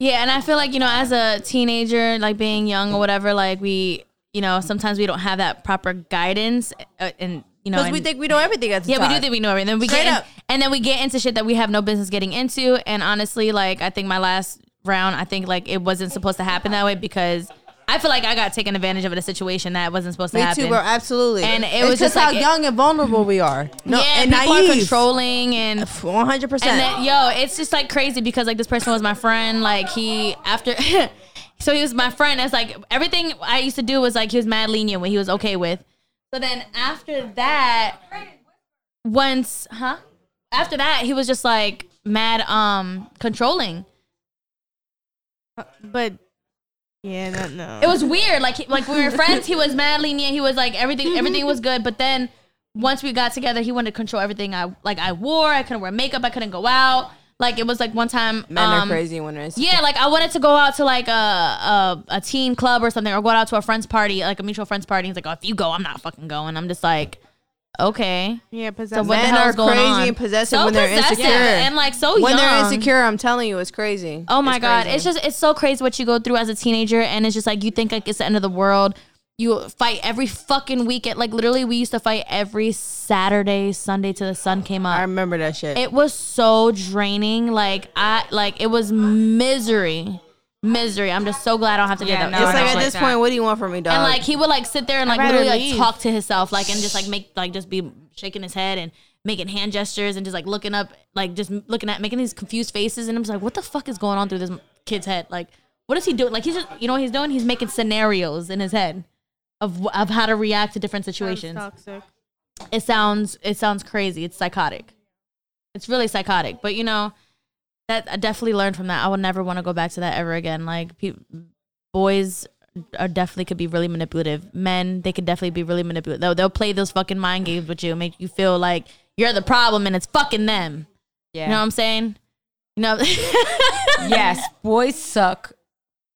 D: Yeah, and I feel like, you know, as a teenager, like being young or whatever, like we, you know, sometimes we don't have that proper guidance uh, and, you know,
B: Because we
D: and-
B: think we know everything at the
D: yeah,
B: time.
D: we do think we know everything. Then we
B: Straight
D: get in-
B: up.
D: and then we get into shit that we have no business getting into. And honestly, like I think my last round, I think like it wasn't supposed to happen that way because I feel like I got taken advantage of in a situation that wasn't supposed to
B: Me
D: happen.
B: too, bro. Absolutely.
D: And it
B: It's
D: was just
B: how
D: like it-
B: young and vulnerable we are. No,
D: yeah,
B: and
D: people are
B: naive.
D: controlling and
B: One hundred
D: and
B: percent.
D: then, yo, it's just like crazy because like this person was my friend. Like he after, so he was my friend. It's like everything I used to do was like he was mad lenient when he was okay with. So then after that, once huh? After that, he was just like mad, um, controlling.
A: Uh, But yeah, no, no.
D: It was weird. Like he- like we were friends. He was mad lenient. He was like everything. Everything was good. But then once we got together, he wanted to control everything. I like I wore. I couldn't wear makeup. I couldn't go out. Like it was like one time.
B: Men are
D: um,
B: crazy when it's
D: Yeah, like I wanted to go out to like a, a a teen club or something, or go out to a friend's party, like a mutual friend's party. He's like, "Oh, if you go, I'm not fucking going." I'm just like, "Okay."
A: yeah,
D: So
A: possessive.
D: what the
B: Men
D: hell
B: are
D: is going
B: crazy
D: on?
B: and possessive
D: so
B: when they're
D: possessive
B: insecure.
D: and like so
B: when
D: young.
B: they're insecure, I'm telling you, it's crazy.
D: Oh my
B: It's
D: god,
B: crazy.
D: it's just it's so crazy what you go through as a teenager, and it's just like you think like it's the end of the world. You fight every fucking weekend. Like literally, we used to fight every Saturday, Sunday till the sun came up.
B: I remember that shit.
D: It was so draining. Like I like it was misery, misery. I'm just so glad I don't have to
C: Yeah,
D: do that.
B: it's
C: no, I
B: like
C: don't
B: at
C: like
B: this
C: that.
B: point, what do you want from me, dog?
D: and like he would like sit there and like
A: rather
D: literally like
A: leave.
D: talk to himself, like and just like make like just be shaking his head and making hand gestures and just like looking up, like just looking at making these confused faces. And I'm just like, what the fuck is going on through this kid's head? Like, what is he doing? Like he's just you know what he's doing? He's making scenarios in his head. Of, of how to react to different situations.
A: toxic.
D: it sounds it sounds crazy. It's psychotic. It's really psychotic. But you know, that I definitely learned from that. I would never want to go back to that ever again. Like pe- boys are definitely could be really manipulative. Men, they could definitely be really manipulative. They'll, they'll play those fucking mind games with you, and make you feel like you're the problem and it's fucking them.
C: Yeah.
D: You know what I'm saying? You know.
C: yes, boys suck.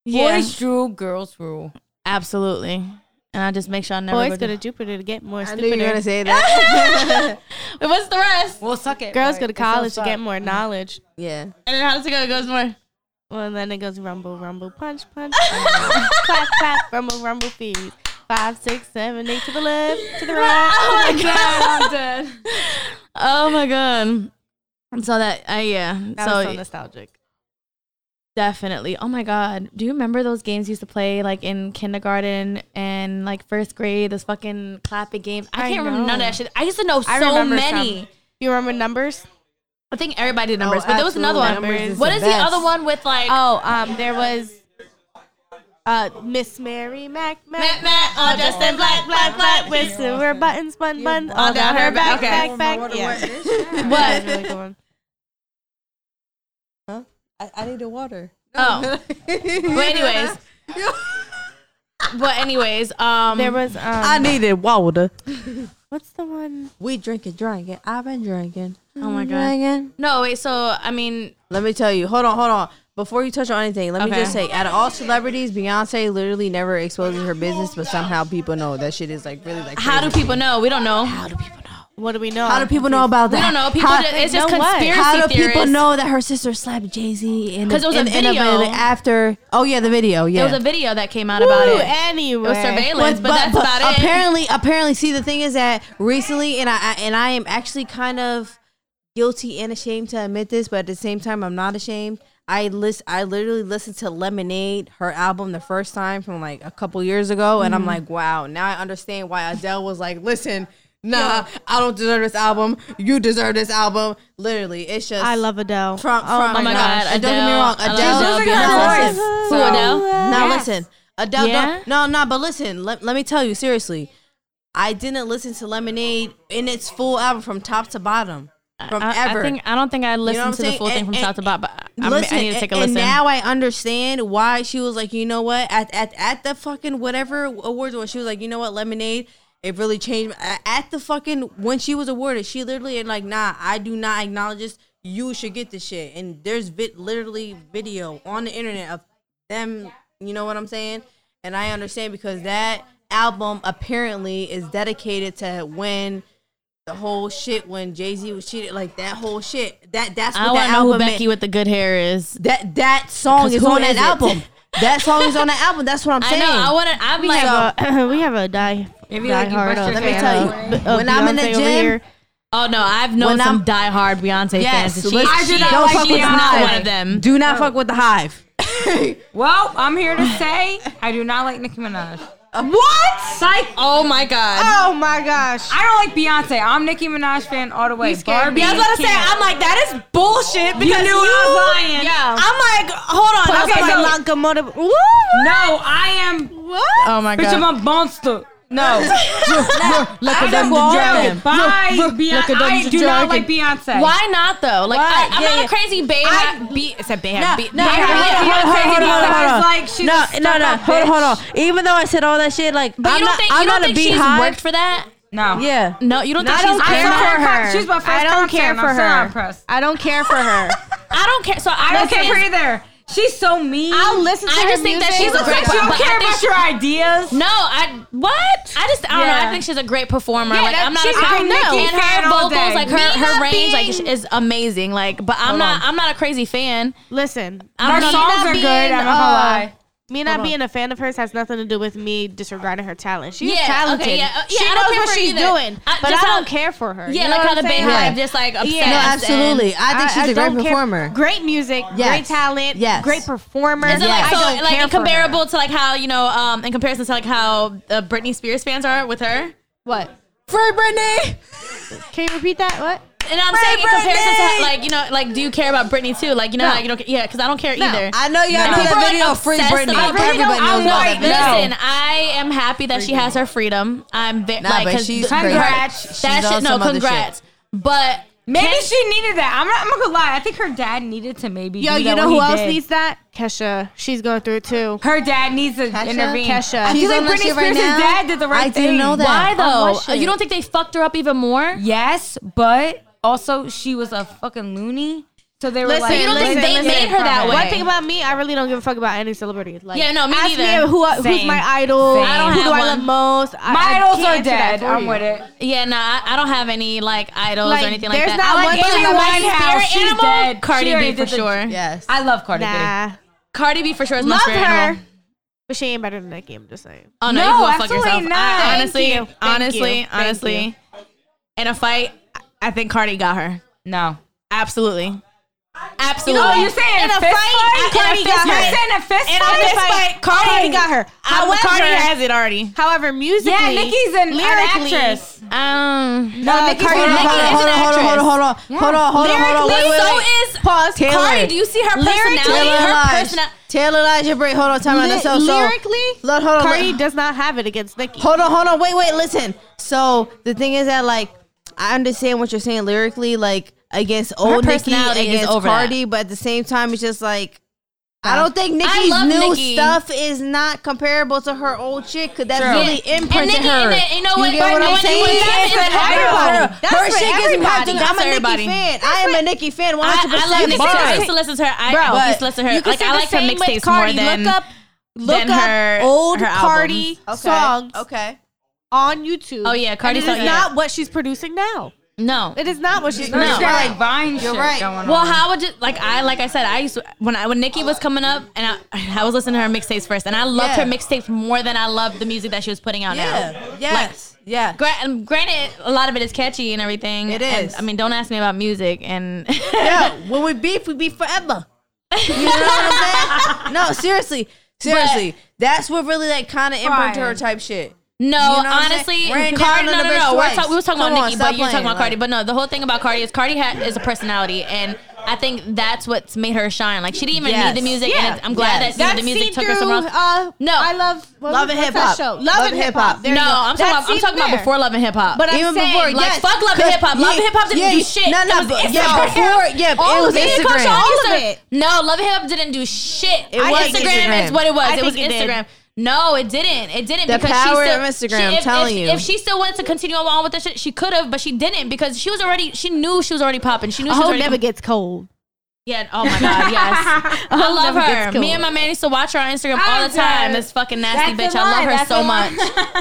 D: yeah.
C: Boys rule, girls rule.
D: Absolutely. And I just make sure I never.
A: Boys go
D: go to-
A: to Jupiter to get more
B: I knew you were
A: stupider.
B: gonna say that.
D: Wait, What's the rest?
C: Well, suck it.
A: Girls
C: boy.
A: go to
C: It's all
A: college to
C: suck.
A: get more knowledge.
B: yeah.
D: And then how does it go? It goes more.
A: Well, and then it goes rumble, rumble, punch, punch, clap, clap, rumble, rumble, feed. Five, six, seven, eight to the left, to the right.
D: Oh my god, I'm dead. Oh my god. And So that I yeah.
A: That
D: so
A: was so nostalgic.
D: definitely. Oh my god. Do you remember those games you used to play like in kindergarten and like first grade? Those fucking clapping games. I,
A: I
D: can't remember
A: know.
D: none of that shit. I used to know
A: I
D: so
A: remember
D: many.
A: some. You remember numbers?
D: I think everybody did numbers, but there was another one.
A: Oh, absolutely. Numbers is
D: What
B: the
D: is the
B: best.
D: other one with like?
A: Oh, um, there was uh Miss Mary Mac Mac.
D: Matt, Matt, all dressed in oh, black, black, black.
A: With silver buttons, bun bun, all down her back, back, back. Yeah.
D: What?
A: Really good one.
I: I, I need the water.
D: Oh. But anyways. but anyways, um,
A: There was um.
I: I needed water.
A: what's the one?
I: We drinking, drinking. I've been drinking.
D: Oh my god.
I: Drinking.
D: No, wait. So I mean,
B: Let me tell you. Hold on, hold on. Before you touch on anything, let me
D: Okay.
B: just say, out of all celebrities, Beyonce literally never exposes her business, but somehow people know that shit is like really like.
D: how do
B: crazy.
D: people know? We don't know. How do people know?
A: What do we know?
B: How do people know about that?
D: We don't know. People.
B: How-
D: just, it's just
A: know what?
D: conspiracy
B: How do
D: theorists.
B: people know that her sister slapped Jay Z in
D: 'Cause it was a
B: in- in
D: video.
B: after? Oh yeah, the video. Yeah,
D: There was a video that came out about
A: Ooh,
D: it. It
A: anyway.
D: was surveillance, but, that's about it.
B: apparently, apparently, see the thing is that recently, and I I- and I am actually kind of guilty and ashamed to admit this, but at the same time, I'm not ashamed. I list, I literally listened to Lemonade, her album, the first time from like a couple years ago, and I'm
D: Mm-hmm.
B: like, wow, now I understand why Adele was like, listen. Nah, I don't deserve this album. You deserve this album. Literally, it's just
A: I love Adele.
B: from, from
D: Oh my
B: gosh.
D: God,
B: And don't get me
D: Adele.
B: wrong,
D: I love
B: Adele,
D: Adele. She's
B: Beyonce.
C: Voice.
D: Who Adele?
B: Now listen, Adele.
D: Yeah.
B: don't- No, no, but listen. Let, let me tell you seriously. I didn't listen to Lemonade in its full album from top to bottom. from
D: I,
B: ever.
D: I think I don't think I listened
B: I'm
D: to the
B: saying?
D: full thing
B: And-
D: from
B: and-
D: top to bottom, but I,
B: listen,
D: I need to take a
B: and-
D: listen.
B: And now I understand why she was like, you know what, at at, at the fucking whatever awards was, she was like, you know what, lemonade. It really changed A- at the fucking when she was awarded. She literally and like, nah, I do not acknowledge this. You should get this shit. And there's vi- literally video on the internet of them. You know what I'm saying? And I understand because that album apparently is dedicated to when the whole shit when Jay Z was cheated, like that whole shit. That that's what
D: I want
B: that
D: to know
B: album
D: who
B: meant.
D: Becky with the good hair is.
B: That that song
D: 'Cause
B: is
D: who
B: on that
D: is it?
B: album. that song is on the album. That's what I'm
D: I
B: saying.
D: know. I want to. I'm
A: We
D: like, uh,
A: have a Uh, we have a die.
C: Maybe
A: die
C: like you
A: hard
C: brushed
A: of-
C: your
B: Let me
C: hair.
B: tell you,
A: of
B: when I'm in the
A: Beyonce over
B: gym-
A: here.
D: oh no, I've
B: When
D: known some
B: I'm-
D: diehard Beyonce
B: Yes,
D: fans. and She,
B: let's-
D: I
B: I do not like
D: she's
B: Beyonce.
D: not one of them.
B: Do not fuck with the Hive.
C: Well, I'm here to say I do not like Nicki Minaj.
B: what?
C: Psych.
D: Oh my god.
F: Oh my gosh.
C: I don't like Beyonce. I'm Nicki Minaj fan all the way. Barbie.
D: Yeah, I was about to say, I'm like, that is bullshit because you,
C: knew I was lying.
D: Yeah. I'm like, hold on.
C: Okay,
D: I was
C: so-
D: like,
F: Locomotive. Ooh,
C: no, I am.
D: oh my
C: Bitch, I'm a monster. No,
D: Look
C: I am broken by Beyonce. I do not like Beyonce.
D: Why not though? Like, I, am not a crazy babe. I, be, I said babe. be-
B: No, hold
D: babe,
B: on,
D: yeah,
B: hold on,
D: yeah,
B: hold on,
D: crazy
B: hold on, hold
D: Beyonce.
B: on, hold on.
C: like, she's
B: No,
C: a stuck
B: no, no.
C: up
B: Hold on,
C: bitch.
B: hold on. Even though I said all that shit, like
D: But
B: I'm
D: you don't
B: not,
D: think,
B: I'm
D: you don't
B: not
D: think
B: a
D: she's
B: Beehive.
D: worked for that?
C: No.
B: yeah.
D: No, you don't think she's
C: I
D: cared
C: don't
D: for
C: care
D: her.
C: She's my first
F: I don't care
C: concert, and I'm
F: for
C: still not
F: her.
C: impressed.
F: I don't care for her.
D: I don't care. So I
C: I don't care for
D: for
C: either. She's so mean.
F: I'll listen to
D: I
F: her
D: just think that
F: music.
D: she's a
C: Looks
D: great.
C: like she don't
D: but I
C: care
D: think
C: about
D: she-
C: your ideas.
D: No, I what? I just I don't know. I
F: Yeah.
D: think she's a great performer. like
F: that-
D: I'm not
F: she's
D: a
F: a
D: great
F: great Nicki
D: and
C: fan
D: her
C: all
D: vocals,
C: day.
D: like her
C: Me
D: her
F: not
D: range, like
F: being-
D: is amazing. Like, but I'm not I'm not a crazy fan.
F: Listen,
D: I
C: Her
D: don't know.
C: songs are
F: being,
C: good. I'm not gonna
F: uh,
C: lie.
F: me not being a fan of hers has nothing to do with me disregarding her talent. She's
D: Yeah,
F: talented.
D: okay, yeah, uh, yeah,
F: she
D: I don't
F: knows
D: care
F: what
D: for her
F: she's
D: either.
F: doing,
D: I-
F: but
D: just
F: I
D: how-
F: don't care for her.
D: Yeah,
F: You know
D: like
F: what
D: how
F: I'm
D: the
F: saying?
D: Bayhive
B: Yeah.
D: just like obsessed.
F: No,
B: Absolutely. I think she's
F: a
B: a great performer.
F: Great music, great
B: Yes.
F: talent,
B: Yes.
F: great performer.
D: Is it like
F: I
D: so
F: don't
D: like
F: care for her.
D: comparable to like how you know um in comparison to like how uh, Britney Spears fans are with her?
F: What?
D: Free Britney.
F: Can you repeat that? What?
D: And I'm saying in comparison to like you know like do you care about Britney too? Like you know how you don't yeah because I don't care either.
B: I know y'all
D: No.
B: know
D: People
B: that
D: are,
B: video
D: like,
B: of Free
D: obsessed
B: Britney.
D: about Britney.
B: Everybody knows
C: I'm
B: about that
C: white,
B: video.
D: Listen, I am happy that she has her freedom. I'm ve-
B: Nah,
D: like,
B: but
D: 'cause
B: she's
D: th-
B: crazy.
D: congrats.
B: She's
D: that
B: on
D: shit, no,
B: some other shit.
D: congrats. But
C: Maybe
D: can-
C: she needed that. I'm not. I'm not gonna lie. I think her dad needed to maybe.
F: Yo,
C: do
F: you
C: that
F: know
C: when
F: who
C: he
F: else
C: did.
F: needs that? Kesha. She's going through it too.
C: Her dad needs to intervene.
F: Kesha.
C: I
B: She's
C: feel like
B: on that
C: Britney
B: shit
C: Spears'
B: right now.
C: dad did the right
B: I
C: thing.
B: didn't know that.
D: why
F: Oh, was
D: though?
F: she?
D: You don't think they fucked her up even more?
C: Yes, but also she was a fucking loony. So they were
F: Listen,
C: like,
D: you don't think
F: listen,
D: they
F: listen.
D: made her that way?
F: One thing about me, I really don't give a fuck about any celebrity. Like,
D: Yeah, no, me
F: ask
D: neither.
F: Me who, who's
C: Same.
F: my idol?
C: Same. I don't
F: who
D: have
F: do I
D: one.
F: love most? I,
C: my
F: I
C: idols
F: can't
C: are
F: answer that
C: dead.
F: for
C: I'm
F: you.
C: with it.
D: Yeah, no, I, I don't have any like idols
F: Like,
D: or anything like
F: there's
D: that.
F: not
D: I
F: one
D: like
F: thing
D: Amy
F: I like.
D: Winehouse.
C: Spirit
D: She's
C: animal,
D: dead.
C: she
D: Cardi
C: already
D: B for
C: did the-
D: sure.
B: Yes.
C: I love Cardi B.
F: Nah,
D: Cardi B for sure is my
F: love
D: spirit
F: her,
D: animal.
F: but she ain't better than Nicki. I'm just saying.
D: Oh no,
C: No,
D: you can go fuck
C: absolutely
D: yourself.
C: not.
D: I,
C: Thank
D: honestly,
F: you. Thank
D: honestly,
F: you. Thank
D: honestly, in a fight, I- I think Cardi got her.
C: No.
D: Absolutely. Absolutely.
C: Oh, you're saying
D: in
C: a fist fight?
D: Cardi
C: In a
D: got
C: fist-
D: her.
C: You're saying a fist
D: In a
C: fight?
D: fist fight, Cardi got her. However, Cardi has it already.
F: However, musically,
C: Yeah, Nicki's an, an
F: lyrically,
C: actress.
D: Um,
C: No, Nicki's
B: Uh, Hold on, hold
C: Nicki
B: on,
C: is
B: hold
C: an
B: on, hold on, hold on, hold on, hold on, hold on, hold on, wait, wait,
D: so
B: wait.
D: is pause. Cardi, do you see her personality? her
B: Lies.
D: personality.
B: Taylor lies your brain. Hold on, time out.
F: Ly-
B: So, so
F: lyrically,
B: Look, hold on.
F: Cardi
B: look.
F: does not have it against Nicki.
B: hold on, hold on. Wait, wait, listen. So the thing is that like I understand what you're saying lyrically, like against old Nicki,
D: personality is
B: against
D: over
B: Cardi, but at the same time, it's just like. I don't think Nicki's
D: love
B: new
D: Nicki.
B: stuff is not comparable to her old shit because that's really
D: And
B: imprinted
D: Nicki,
B: her.
D: and it- you know what?
B: get what I'm saying?
D: That's for everybody.
B: Her, her shit gets me popped.
D: That's
B: I'm a
D: everybody.
B: Nicki fan. I am a Nicki fan. 100%.
D: I, I love Nicki. I
B: Bars.
D: used to listen to her. I
B: Bro,
D: I used
B: but
D: to listen to her.
B: you can
D: Like
B: say
D: I
B: the
D: like her
B: same with
D: mixtapes more
B: Cardi.
D: than
F: Look up, look
D: than
F: up
D: her
F: old
D: her albums.
F: Cardi songs
B: Okay.
F: on YouTube.
D: Oh, yeah,
F: Cardi.
D: Cardi
F: It is
D: song- yeah.
F: not what she's producing now.
D: No,
F: It is not what she's
C: No. She's
F: producing.
C: got
F: now.
C: like Vine shit
B: right.
C: going on.
D: Well, how would you like? I like I said, I used to, when I when Nikki was coming up, and I, I was listening to her mixtapes first, and I loved
B: Yeah.
D: her mixtapes more than I loved the music that she was putting out now.
B: Yeah. Yes. yeah.
D: Gra- um, granted, a lot of it is catchy and everything.
B: It
D: and,
B: is.
D: I mean, don't ask me about music and
B: Yeah. When we beef, we beef forever. You know what I'm saying? No, seriously. Seriously. that's what really like kind of
C: Right.
B: imprinted her type shit.
D: No,
B: You know what I'm
D: honestly,
B: saying? Ran down
D: Cardi.
B: on
D: No,
B: the
D: no,
B: bitch
D: no. We're
B: twice.
D: talk, we was talking
B: Come
D: about
B: on,
D: Nicki,
B: stop
D: but you're talking
B: playing,
D: about Cardi.
B: like-
D: But no, the whole thing about Cardi is Cardi ha- is a personality, and I think that's what's made her shine. Like she didn't even
B: Yes.
D: need the music.
J: Yeah.
D: And I'm glad that you know, the music took her somewhere else.
J: Uh,
D: No.
J: I love what
B: Love
J: was-
B: and
J: what's that
B: Hip Hop.
J: show? Love,
B: Love
J: and
B: and
J: hip hop.
B: Hip Hop.
J: There
D: no,
J: you go.
D: I'm
J: That
D: talking about. I'm
J: seems
D: talking about
J: fair.
D: before Love and Hip Hop.
J: But I'm
B: Even
J: saying,
B: before,
J: like,
D: like
B: yes,
D: fuck Love and
B: cause-
D: Hip Hop. Love and
B: yeah,
D: Hip Hop didn't
B: yeah,
D: do shit.
B: No, no,
D: it was
B: but,
D: Instagram.
B: yeah, before, yeah,
J: All
B: it was
J: of it.
B: Instagram.
J: All of
D: Instagram.
J: it.
D: No, Love and Hip Hop didn't do shit. It
B: was
D: Instagram,
B: Instagram.
D: is what it was.
J: I
D: it was
J: think it did.
D: Instagram. No, it didn't. It didn't.
B: The
D: because
B: power
D: she
B: of
D: still,
B: Instagram,
D: she- if,
B: telling
D: if,
B: you.
D: If she still wanted to continue on with the shit, she could have, but she didn't because she was already. She knew she was already popping. She knew
A: I
D: she was
A: hope
D: already.
A: never gets cold.
D: yeah. Oh my god. Yes. I love
A: never gets
D: her. Me
A: cold.
D: and my man used to watch her on Instagram all
C: I'm
D: the time.
C: good.
D: This fucking nasty
C: That's
D: bitch.
C: a
D: I
C: lie.
D: love her
C: That's
D: so
C: a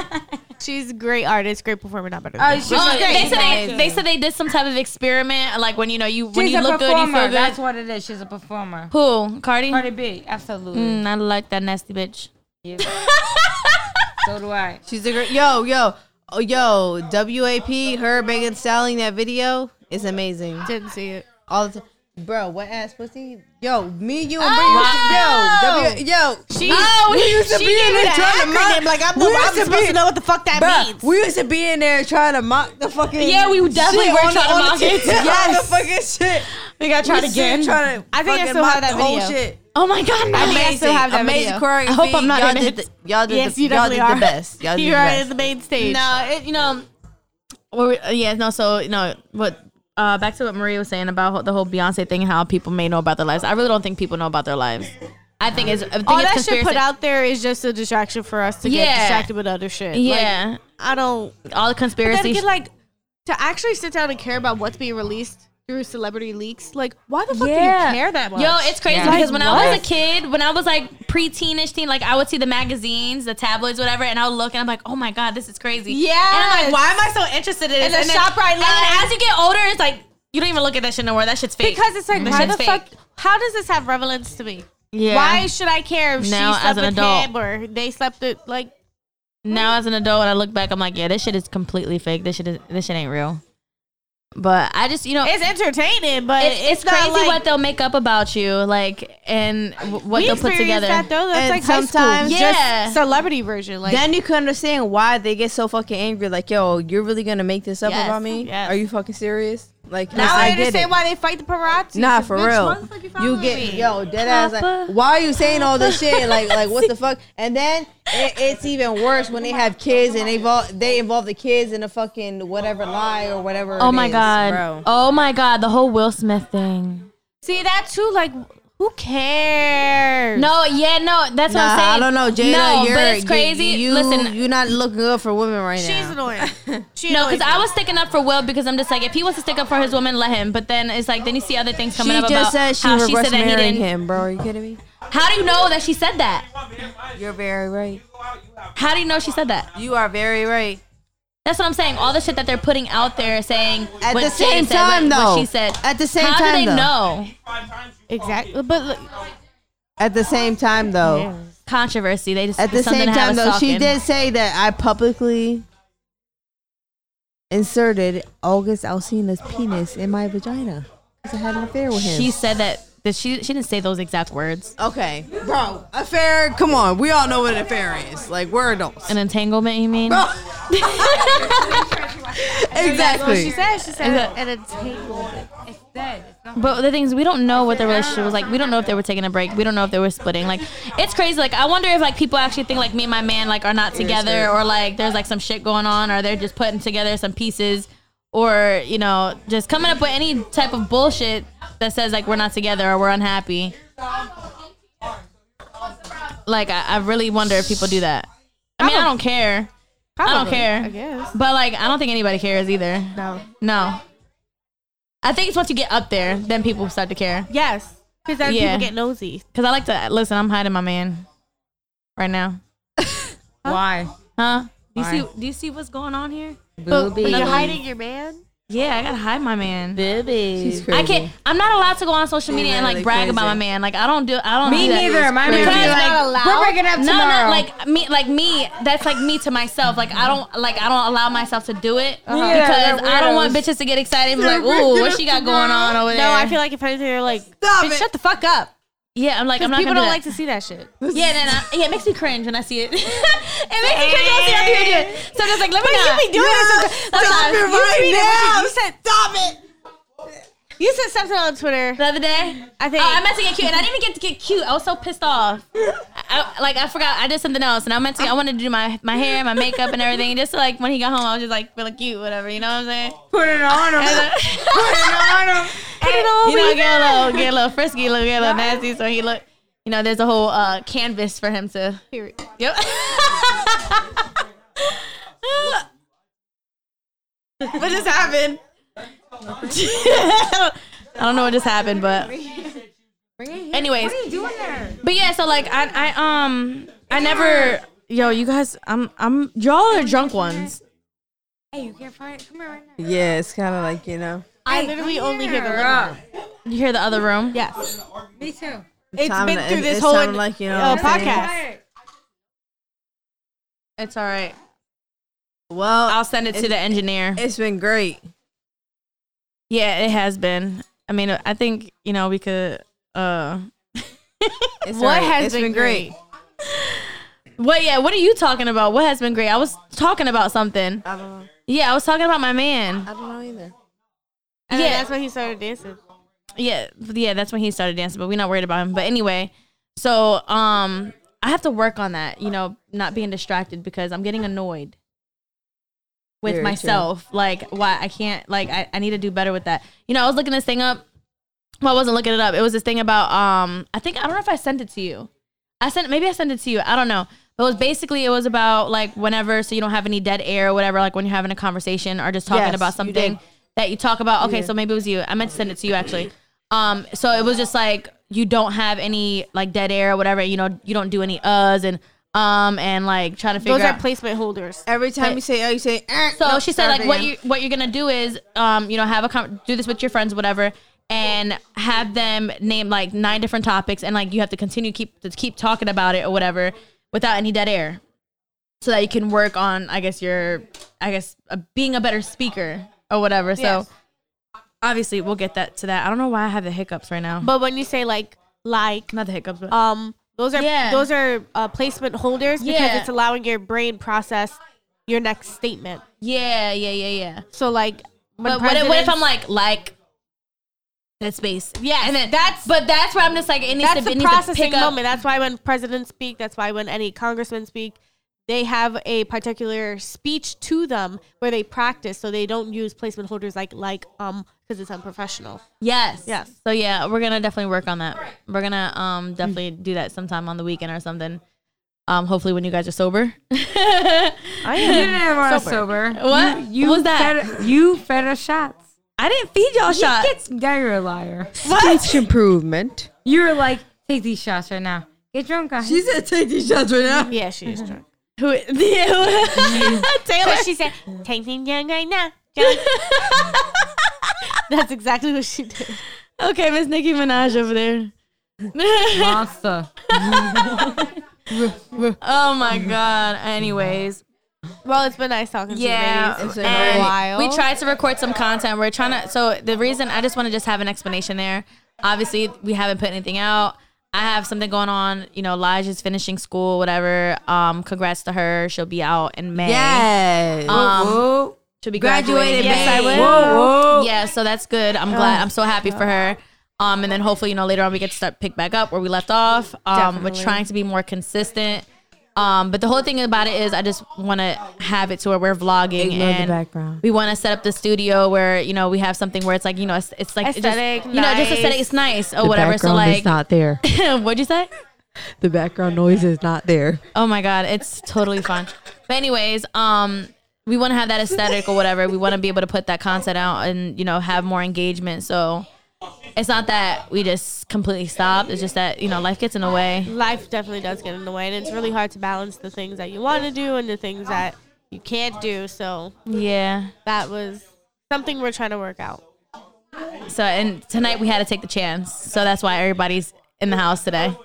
C: lie.
D: much.
A: She's a great artist, great performer, not better.
C: Oh,
A: than
C: she's great.
D: Oh, they said they,
C: guys.
D: they said they did some type of experiment, like when you know you when
C: She's
D: you
C: a
D: look good, you
C: performer.
D: feel good.
C: That's what it is. She's a performer.
D: Who? Cardi.
C: Cardi B, absolutely.
D: Mm, I like that nasty bitch.
C: Yeah, so do I.
B: She's a great, yo, yo, oh, yo, WAP, her, Megan Stallion, that video is amazing.
A: Didn't see it.
B: All the time. Bro, what ass pussy? Yo, me, you, and Brie used to- yo, w, yo, she,
D: Oh,
B: we used to be in there trying to mock. Like I'm,
K: I'm supposed to
B: know what the fuck that
K: means.
B: We used to be in there trying to mock the fucking.
D: Yeah, we definitely
B: shit
D: were
B: on the-
D: trying to
B: on the-
D: mock it.
B: yeah, on
D: Yes.
B: the fucking shit.
D: We got
B: We sit Trying to
A: I think I
B: fucking
A: still
B: mock
A: have that
B: the whole
A: video.
B: Shit.
D: Oh my god,
A: I think I still have that
B: amazing
A: video.
B: choreography.
D: I hope I'm not
B: y'all
D: gonna
B: did
D: hit-
B: the, y'all did
A: Yes,
B: the,
A: you
B: y'all
A: definitely
B: did
A: are.
B: the best. Y'all did
A: You're
B: the
A: right
B: best.
A: in the main stage.
D: No, Uh, it, you know, what we- uh, yeah, no. So you know what? Uh, back to what Maria was saying about the whole Beyonce thing and how people may know about their lives. I really don't think people know about their lives. I think it's I think
A: All
D: it's
A: that shit
D: conspiracy.
A: put out there is just a distraction for us to
D: Yeah.
A: get distracted with other shit. Like,
D: Yeah,
A: I don't.
D: all
A: Then
D: the conspiracy.
A: again, like to actually sit down and care about what's being released through celebrity leaks. Like, why the fuck
D: Yeah.
A: do you care that much?
D: Yo, it's crazy
C: Yeah.
D: because when I was
C: Like,
D: a kid, when I was like preteenish teen, like I would see the magazines, the tabloids, whatever, and I would look and I'm like, oh my god, this is crazy. Yeah. And I'm like, why am I so interested in this?
A: And the
D: then-
A: ShopRite
D: And then
A: line.
D: as you get older, it's like you don't even look at that shit no more. That shit's fake.
A: because it's like,
D: That
A: why
D: shit's
A: the fuck? How does this have relevance to me?
D: Yeah.
A: Why should I care if
D: Now,
A: she
D: as
A: slept
D: an
A: with
D: adult.
A: him or they slept with like?
D: Now as an adult, when I look back, I'm like, yeah, this shit is completely fake. This shit is this shit ain't real. But I just you know. It's-
A: It's entertaining, but
D: it's,
A: it's, not
D: crazy
A: like-
D: what they'll make up about you, like, and w- what
A: we
D: they'll put
A: experienced
D: together.
A: That though, that's
B: And
A: like high school.
B: sometimes-
D: Yeah.
A: just celebrity version. Like
B: then you can understand why they get so fucking angry. Like, yo, you're really gonna make this up
D: Yes,
B: about me?
D: yes.
B: Are you fucking serious? Like,
A: now I,
B: get
A: understand
B: it.
A: why they fight the paparazzi.
B: Nah,
A: 'cause
B: for
A: bitch,
B: real.
A: motherfucker,
B: You
A: following
B: get
A: me.
B: yo dead ass. Like,
D: Papa,
B: why are you saying all this shit? Like, like what the fuck? And then it, it's even worse when they have kids and they involve they involve the kids in a fucking whatever lie or whatever.
D: oh
B: it
D: my
B: is,
D: god!
B: bro.
D: Oh my god! The whole Will Smith thing.
A: See that too? Like who cares?
D: No, yeah, no, that's what
B: Nah,
D: I'm saying.
B: I don't know, Jada.
D: No,
B: you're,
D: but it's crazy.
B: You, you,
D: Listen,
B: you're not looking good for women right now.
A: she's annoying. She
D: no,
A: annoys
D: because I
A: me.
D: was sticking up for Will because I'm just like, if he wants to stick up for his woman, let him. But then it's like, then you see other things coming
B: She
D: up
B: just
D: about
B: said she
D: how
B: reverse
D: she said that he
B: marrying
D: didn't.
B: him, bro. Are you kidding me?
D: How do you know that she said that?
B: You're very right.
D: How do you know she said that?
B: You are very right.
D: That's what I'm saying. All the shit that they're putting out there, saying
B: At
D: what
B: the
D: Jay
B: same
D: said,
B: time,
D: what,
B: though.
D: what she said.
B: At the same
D: how
B: time,
D: do they
B: though.
D: know?
A: exactly. But look,
B: At the same time, though.
D: Controversy. They just
B: At the
D: something
B: same
D: had
B: time,
D: us
B: though, she
D: talking.
B: did say that I publicly inserted August Alcina's penis in my vagina because I had an affair with him.
D: She said that. that she she didn't say those exact words.
B: okay, bro. Affair? Come on, we all know what an affair is. Like we're adults.
D: An entanglement, you mean?
B: Bro. exactly.
A: she said she said
D: Exactly.
A: and it's hateful.
C: It's dead. It's not
D: But the thing is, we don't know what the relationship was like. We don't know if they were taking a break. We don't know if they were splitting. Like, it's crazy. Like, I wonder if like people actually think like me and my man like are not together, or like there's like some shit going on, or they're just putting together some pieces, or you know, just coming up with any type of bullshit that says like we're not together or we're unhappy. Like, I, I really wonder if people do that. I mean, I don't care, I don't care.
A: I guess.
D: but like, I don't think anybody cares either.
A: No.
D: No. I think it's once you get up there, then people start to care.
A: Yes. Because then
D: Yeah.
A: people get nosy.
D: Cause I like to listen. I'm hiding my man right now,
C: Why?
D: huh? Do you
C: Why?
D: see? Do you see what's going on here?
A: But, but
C: Boobies.
A: you're hiding your man.
D: Yeah, I gotta hide my man.
B: She's
D: I can't. I'm not allowed to go on social media and like
B: really
D: brag
B: crazy.
D: about my man. Like I don't do. I don't.
C: Me
D: do that.
C: neither. My man
D: Because-
C: be like, we're breaking up
D: No,
C: tomorrow.
D: no, like me, like me. That's like me to myself. Like I don't, like I don't allow myself to do it
C: Uh-huh. Yeah,
D: because
C: they're
D: I don't
C: weirdos.
D: want bitches to get excited and be like, "Ooh, what she got going on over there?"
A: No, I feel like if anything, they're like,
B: Stop
A: "Bitch,
B: it.
A: shut the fuck up.
D: yeah. I'm like,
A: Because
D: I'm not
A: people
D: gonna
A: don't
D: do
A: like
D: that.
A: to see that shit.
D: Yeah, then I, yeah, it makes me cringe when I see it. it makes me cringe when I see other people do it. So I'm just like, let me not.
A: You be doing
D: Sometimes.
B: Stop it right now.
A: You said,
B: Stop it.
A: You said something on Twitter.
D: The other day,
A: I think-
D: Oh, I meant to get cute, and I didn't even get to get cute. I was so pissed off. I, I- like I forgot, I did something else, and I meant to. I wanted to do my my hair, my makeup, and everything. Just so, like when he got home, I was just like feeling cute, whatever. You know what I'm saying? Put it on him. Put it on him. Put it on. You know, get a little, get a little frisky, a little, get a little nasty. So he look. You know, there's a whole uh, canvas for him to. Yep. what just happened? I don't know what just happened, but anyways. What are you doing there? But yeah, so like I I um I never yo you guys I'm I'm y'all are drunk ones.
C: Hey, you can't find it. Come here right now.
B: Yeah, it's kind of like you know.
A: I literally only hear the
D: You hear the other room? Yeah.
A: Yes.
C: Me too.
A: It's
B: Time
A: been
B: to-
A: through
B: it-
A: this
B: it
A: whole
B: sound like, you know
A: uh,
B: what I'm saying?
A: podcast.
D: It's all right.
B: Well,
D: I'll send it to the engineer.
B: it's been great.
D: yeah, it has been. I mean, I think you know we could. uh
B: It's
D: What
B: all
D: has
B: It's
D: been great? What? Yeah. What are you talking about? What has been great? I was talking about something.
B: I don't know.
D: Yeah, I was talking about my man.
B: I don't know either.
A: And
D: Yeah.
A: yeah. that's when he started dancing.
D: Yeah, yeah. That's when he started dancing, but we're not worried about him. But anyway, so um, I have to work on that. You know, not being distracted because I'm getting annoyed with
B: Very true.
D: myself. Like, why I can't. Like, I, I need to do better with that. You know, I was looking this thing up. Well, I wasn't looking it up. It was this thing about um. I think I don't know if I sent it to you. I sent maybe I sent it to you. I don't know. But it was basically it was about like whenever so you don't have any dead air or whatever. Like when you're having a conversation or just talking
B: Yes,
D: about
B: you
D: something
B: did.
D: that you talk about. Okay, so maybe it was you. I meant to send it to you actually. Um, so it was just like you don't have any like dead air or whatever. You know, you don't do any uhs and um and like trying to figure
A: Those are
D: out.
A: placement holders.
B: Every time you say, oh, you say, eh,
D: So
B: nope,
D: she said,
B: sorry,
D: like, what
B: ma'am.
D: you what you're gonna do is, um, you know, have a com- do this with your friends, whatever, and have them name like nine different topics, and like you have to continue keep to keep talking about it or whatever without any dead air, so that you can work on, I guess, your, I guess, uh, being a better speaker or whatever. So obviously, we'll get that to that. I don't know why I have the hiccups right now. But Uh,
A: But when you say like like
D: not the hiccups, but
A: um those are
D: Yeah.
A: those are uh, placement holders because
D: Yeah.
A: it's allowing your brain process your next statement.
D: yeah, yeah, yeah, yeah.
A: So like when
D: But what if, what if
A: presidents-
D: I'm like like that space? Yeah, and then that's but that's where I'm just like it needs
A: that's
D: to, it
A: the
D: needs to pick
A: processing
D: up.
A: moment. That's why when presidents speak, that's why when any congressmen speak, they have a particular speech to them where they practice, so they don't use placement holders like like um because it's unprofessional.
D: Yes.
A: Yes.
D: So yeah, we're gonna definitely work on that. We're gonna um definitely do that sometime on the weekend or something. Um, hopefully when you guys are sober.
C: I am. You didn't want to sober.
D: What?
C: You, you
D: What was that?
C: Fed, you fed us shots.
D: I didn't feed y'all shots.
C: Get, yeah, you're a liar.
B: Speech improvement.
C: You were like, take these shots right now. Get drunk, guys.
B: She said, take these shots right now.
A: Yeah, she is drunk.
D: Who? who- Taylor.
A: But she said, "Take me down right now." Joey." that's exactly what she did.
D: okay, Miss Nicki Minaj over there.
C: monster.
D: oh my god. Anyways,
A: Well, it's been nice talking
D: Yeah,
A: to you. ladies.
B: it's been
D: and
B: a
A: while.
D: We tried to record some content. We're trying to. So the reason I just want to just have an explanation there. Obviously, we haven't put anything out. I have something going on. You know, Lige is finishing school, whatever. Um, congrats to her. She'll be out in May.
B: Yes.
D: Um,
C: Oh,
D: she'll be
B: Graduated
D: graduating.
B: May.
D: Yes, I will.
B: Oh.
C: whoa.
D: Yeah, so that's good. I'm glad. I'm so happy for her. Um, and then hopefully, you know, later on we get to start pick back up where we left off. Um, we're trying to be more consistent. Um, but the whole thing about it is, I just want to have it to where we're vlogging
B: Ignore the
D: and
B: background.
D: we want to set up the studio where you know we have something where it's like you know it's, it's like it just-
A: Aesthetic,
D: you know, just aesthetic.
A: nice.
D: It's nice or whatever. So like,
B: not there.
D: what'd you say?
B: The background noise is not there.
D: Oh my god, it's totally fun. But anyways, um we want to have that aesthetic or whatever. We want to be able to put that content out and you know have more engagement. So it's not that we just completely stopped. It's just that you know life gets in the way.
A: Life definitely does get in the way, and it's really hard to balance the things that you want to do and the things that you can't do. So
D: Yeah.
A: that was something we're trying to work out.
D: So and tonight we had to take the chance. So that's why everybody's in the house today.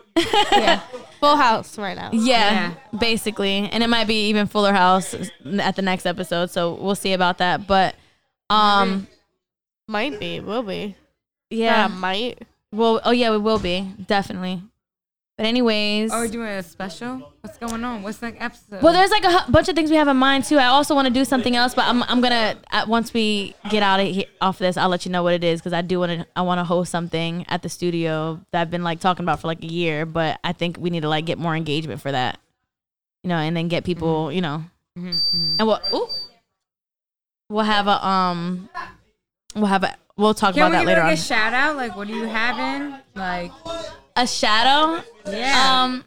A: Full house right now.
D: Yeah, basically. And it might be even Fuller House at the next episode. So we'll see about that. But um
A: Might be, will be.
D: yeah.
A: Not might.
D: Well, oh yeah, we will be definitely. But But anyways,
C: Are we doing a special? What's going on? What's next episode?
D: well, there's like a hu- bunch of things we have in mind too. I also want to do something else, but I'm I'm gonna uh, once we get out of here off this, I'll let you know what it is because I do want to I want to host something at the studio that I've been like talking about for like a year, but I think we need to like get more engagement for that, you know, and then get people,
C: Mm-hmm.
D: you know, and we'll ooh, we'll have a um, we'll have a we'll talk
C: Can
D: about that
C: we give
D: later
C: like
D: on.
C: a shout out? Like, what are you having? Like,
D: a shadow.
C: yeah.
D: Um,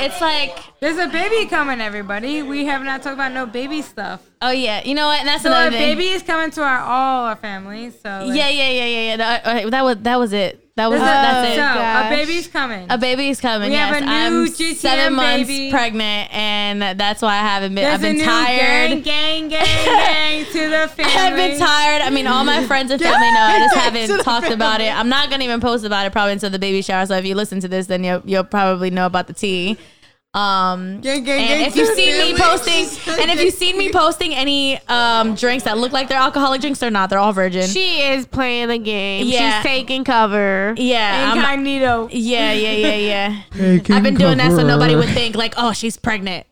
D: it's like
C: There's a baby coming, everybody. We have not talked about no baby stuff.
D: oh yeah, you know what? And that's
C: So
D: another
C: our
D: thing.
C: baby is coming to our all our family. So like,
D: Yeah, yeah, yeah, yeah, yeah. That, all right, that was that was it. That was
C: there's a-
D: that's it.
C: so
A: gosh.
C: a baby's coming.
D: A baby's coming.
C: We have
D: yes,
C: a
D: I'm
C: new GTM
D: seven months
C: baby.
D: pregnant, and that's why I haven't been.
C: there's
D: I've been
C: a new
D: tired.
C: gang, gang, gang, gang to the family.
D: I've been tired. I mean, all my friends and family know. I just haven't talked about it. I'm not gonna even post about it probably until the baby shower. So if you listen to this, then you'll you'll probably know about the tea. Um, and if you've seen me posting, and if you've seen me posting any um, drinks that look like they're alcoholic drinks, they're not. They're all virgin.
A: She is playing a game.
D: Yeah.
A: She's taking cover.
D: yeah, I'm-
C: Incognito.
D: Yeah, yeah, yeah, yeah. I've been doing that so nobody would think like, oh, she's pregnant.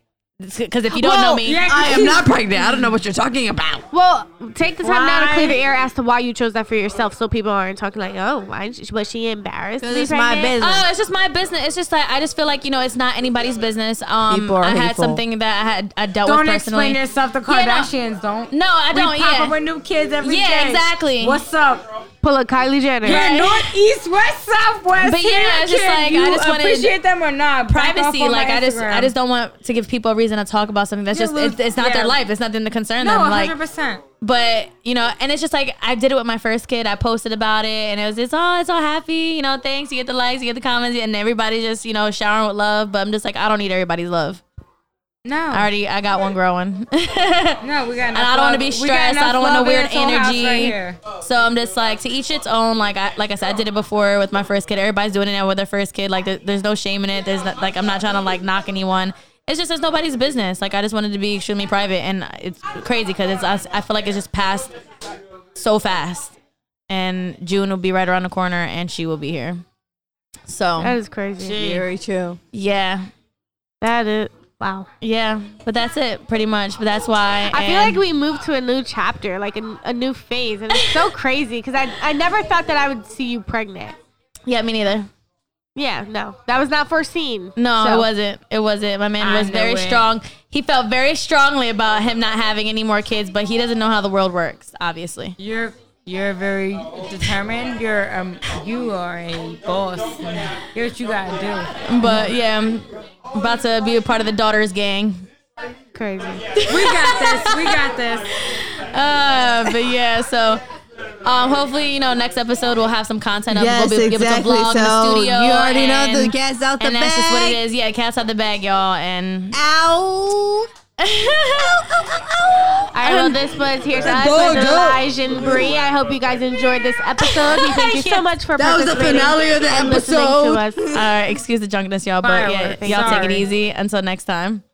D: Because if you don't know me,
C: Yeah,
B: I am not pregnant. I don't know what you're talking about.
A: Well, take the time now to clear the air as to why you chose that for yourself, so people aren't talking like, "Oh, why she- was she embarrassed?" to be
L: It's my
A: pregnant?
L: business.
D: oh, it's just my business. It's just like I just feel like you know, it's not anybody's business. Um,
B: People are
D: I had
B: hateful.
D: something that I had I dealt
C: Don't
D: with
C: explain
D: personally.
C: yourself. The
D: Yeah, no.
C: Kardashians don't.
D: No, I
C: We
D: don't.
C: pop up
D: Yeah,
C: with new kids every day.
D: Yeah, exactly.
C: What's up?
A: Pull a Kylie Jenner.
C: You're
D: Right.
C: north, east, west, south, west.
D: But yeah,
C: here,
D: it's just
C: kid.
D: like, I
C: you
D: just wanted
C: appreciate them or not. back off
D: privacy.
C: on
D: Like
C: my
D: I just I
C: Instagram.
D: just don't want to give people a reason to talk about something that's
C: Yeah,
D: just
C: well,
D: it's, it's not their
C: yeah.
D: life. It's nothing to concern
C: no,
D: them. Like
C: hundred percent.
D: but you know, and it's just like I did it with my first kid. I posted about it, and it was it's all it's all happy, you know. Thanks, you get the likes, you get the comments, and everybody just you know showering with love. But I'm just like I don't need everybody's love.
C: No,
D: I already I got one growing,
C: no, we got.
D: and I don't want to be stressed. I don't want no weird energy.
C: Right here.
D: so I'm just like to each its own. Like I like I said, I did it before with my first kid. Everybody's doing it now with their first kid. Like there, there's no shame in it. There's not, like I'm not trying to like knock anyone. It's just it's nobody's business. Like I just wanted to be extremely private, and it's crazy because it's I, I feel like it's just passed so fast. And June will be right around the corner, and she will be here.
A: That
D: So
A: is crazy.
B: Very true.
D: yeah,
A: That is wow.
D: yeah. But that's it, pretty much. But that's why
A: I feel
D: and-
A: like we moved to a new chapter, like a, a new phase, and it's so crazy because I I never thought that I would see you pregnant.
D: yeah, me neither.
A: Yeah, no, that was not foreseen.
D: No,
A: So-
D: it wasn't. It wasn't. My man
C: I
D: was
C: know
D: very
C: it.
D: strong. He felt very strongly about him not having any more kids, but he doesn't know how the world works, obviously.
C: You're you're very determined. You're um you are a boss. Here's what you gotta do.
D: But yeah, I'm about to be a part of the daughter's gang.
A: Crazy.
C: We got this. We got this.
D: Uh, but yeah, so um, hopefully, you know, next episode we'll have some content up.
B: Yes,
D: we'll be able
B: exactly.
D: to vlog in the
B: So
D: studio.
B: you already know
D: and-
B: the cat's out the
D: And that's just what it
B: bag.
D: is. Yeah, cats out the bag, y'all. And
B: Ow.
A: All right, well, this was Here's Us
B: dog,
A: with
B: dog.
A: Elijah and Bree. I hope you guys enjoyed this episode. We thank you so much for
B: That was the
A: participating
B: finale of the
A: and listening
B: episode.
A: to us.
D: all right, excuse the drunkenness, y'all. But yeah,
C: Fireworks.
D: y'all take it
C: Sorry.
D: easy. Until next time.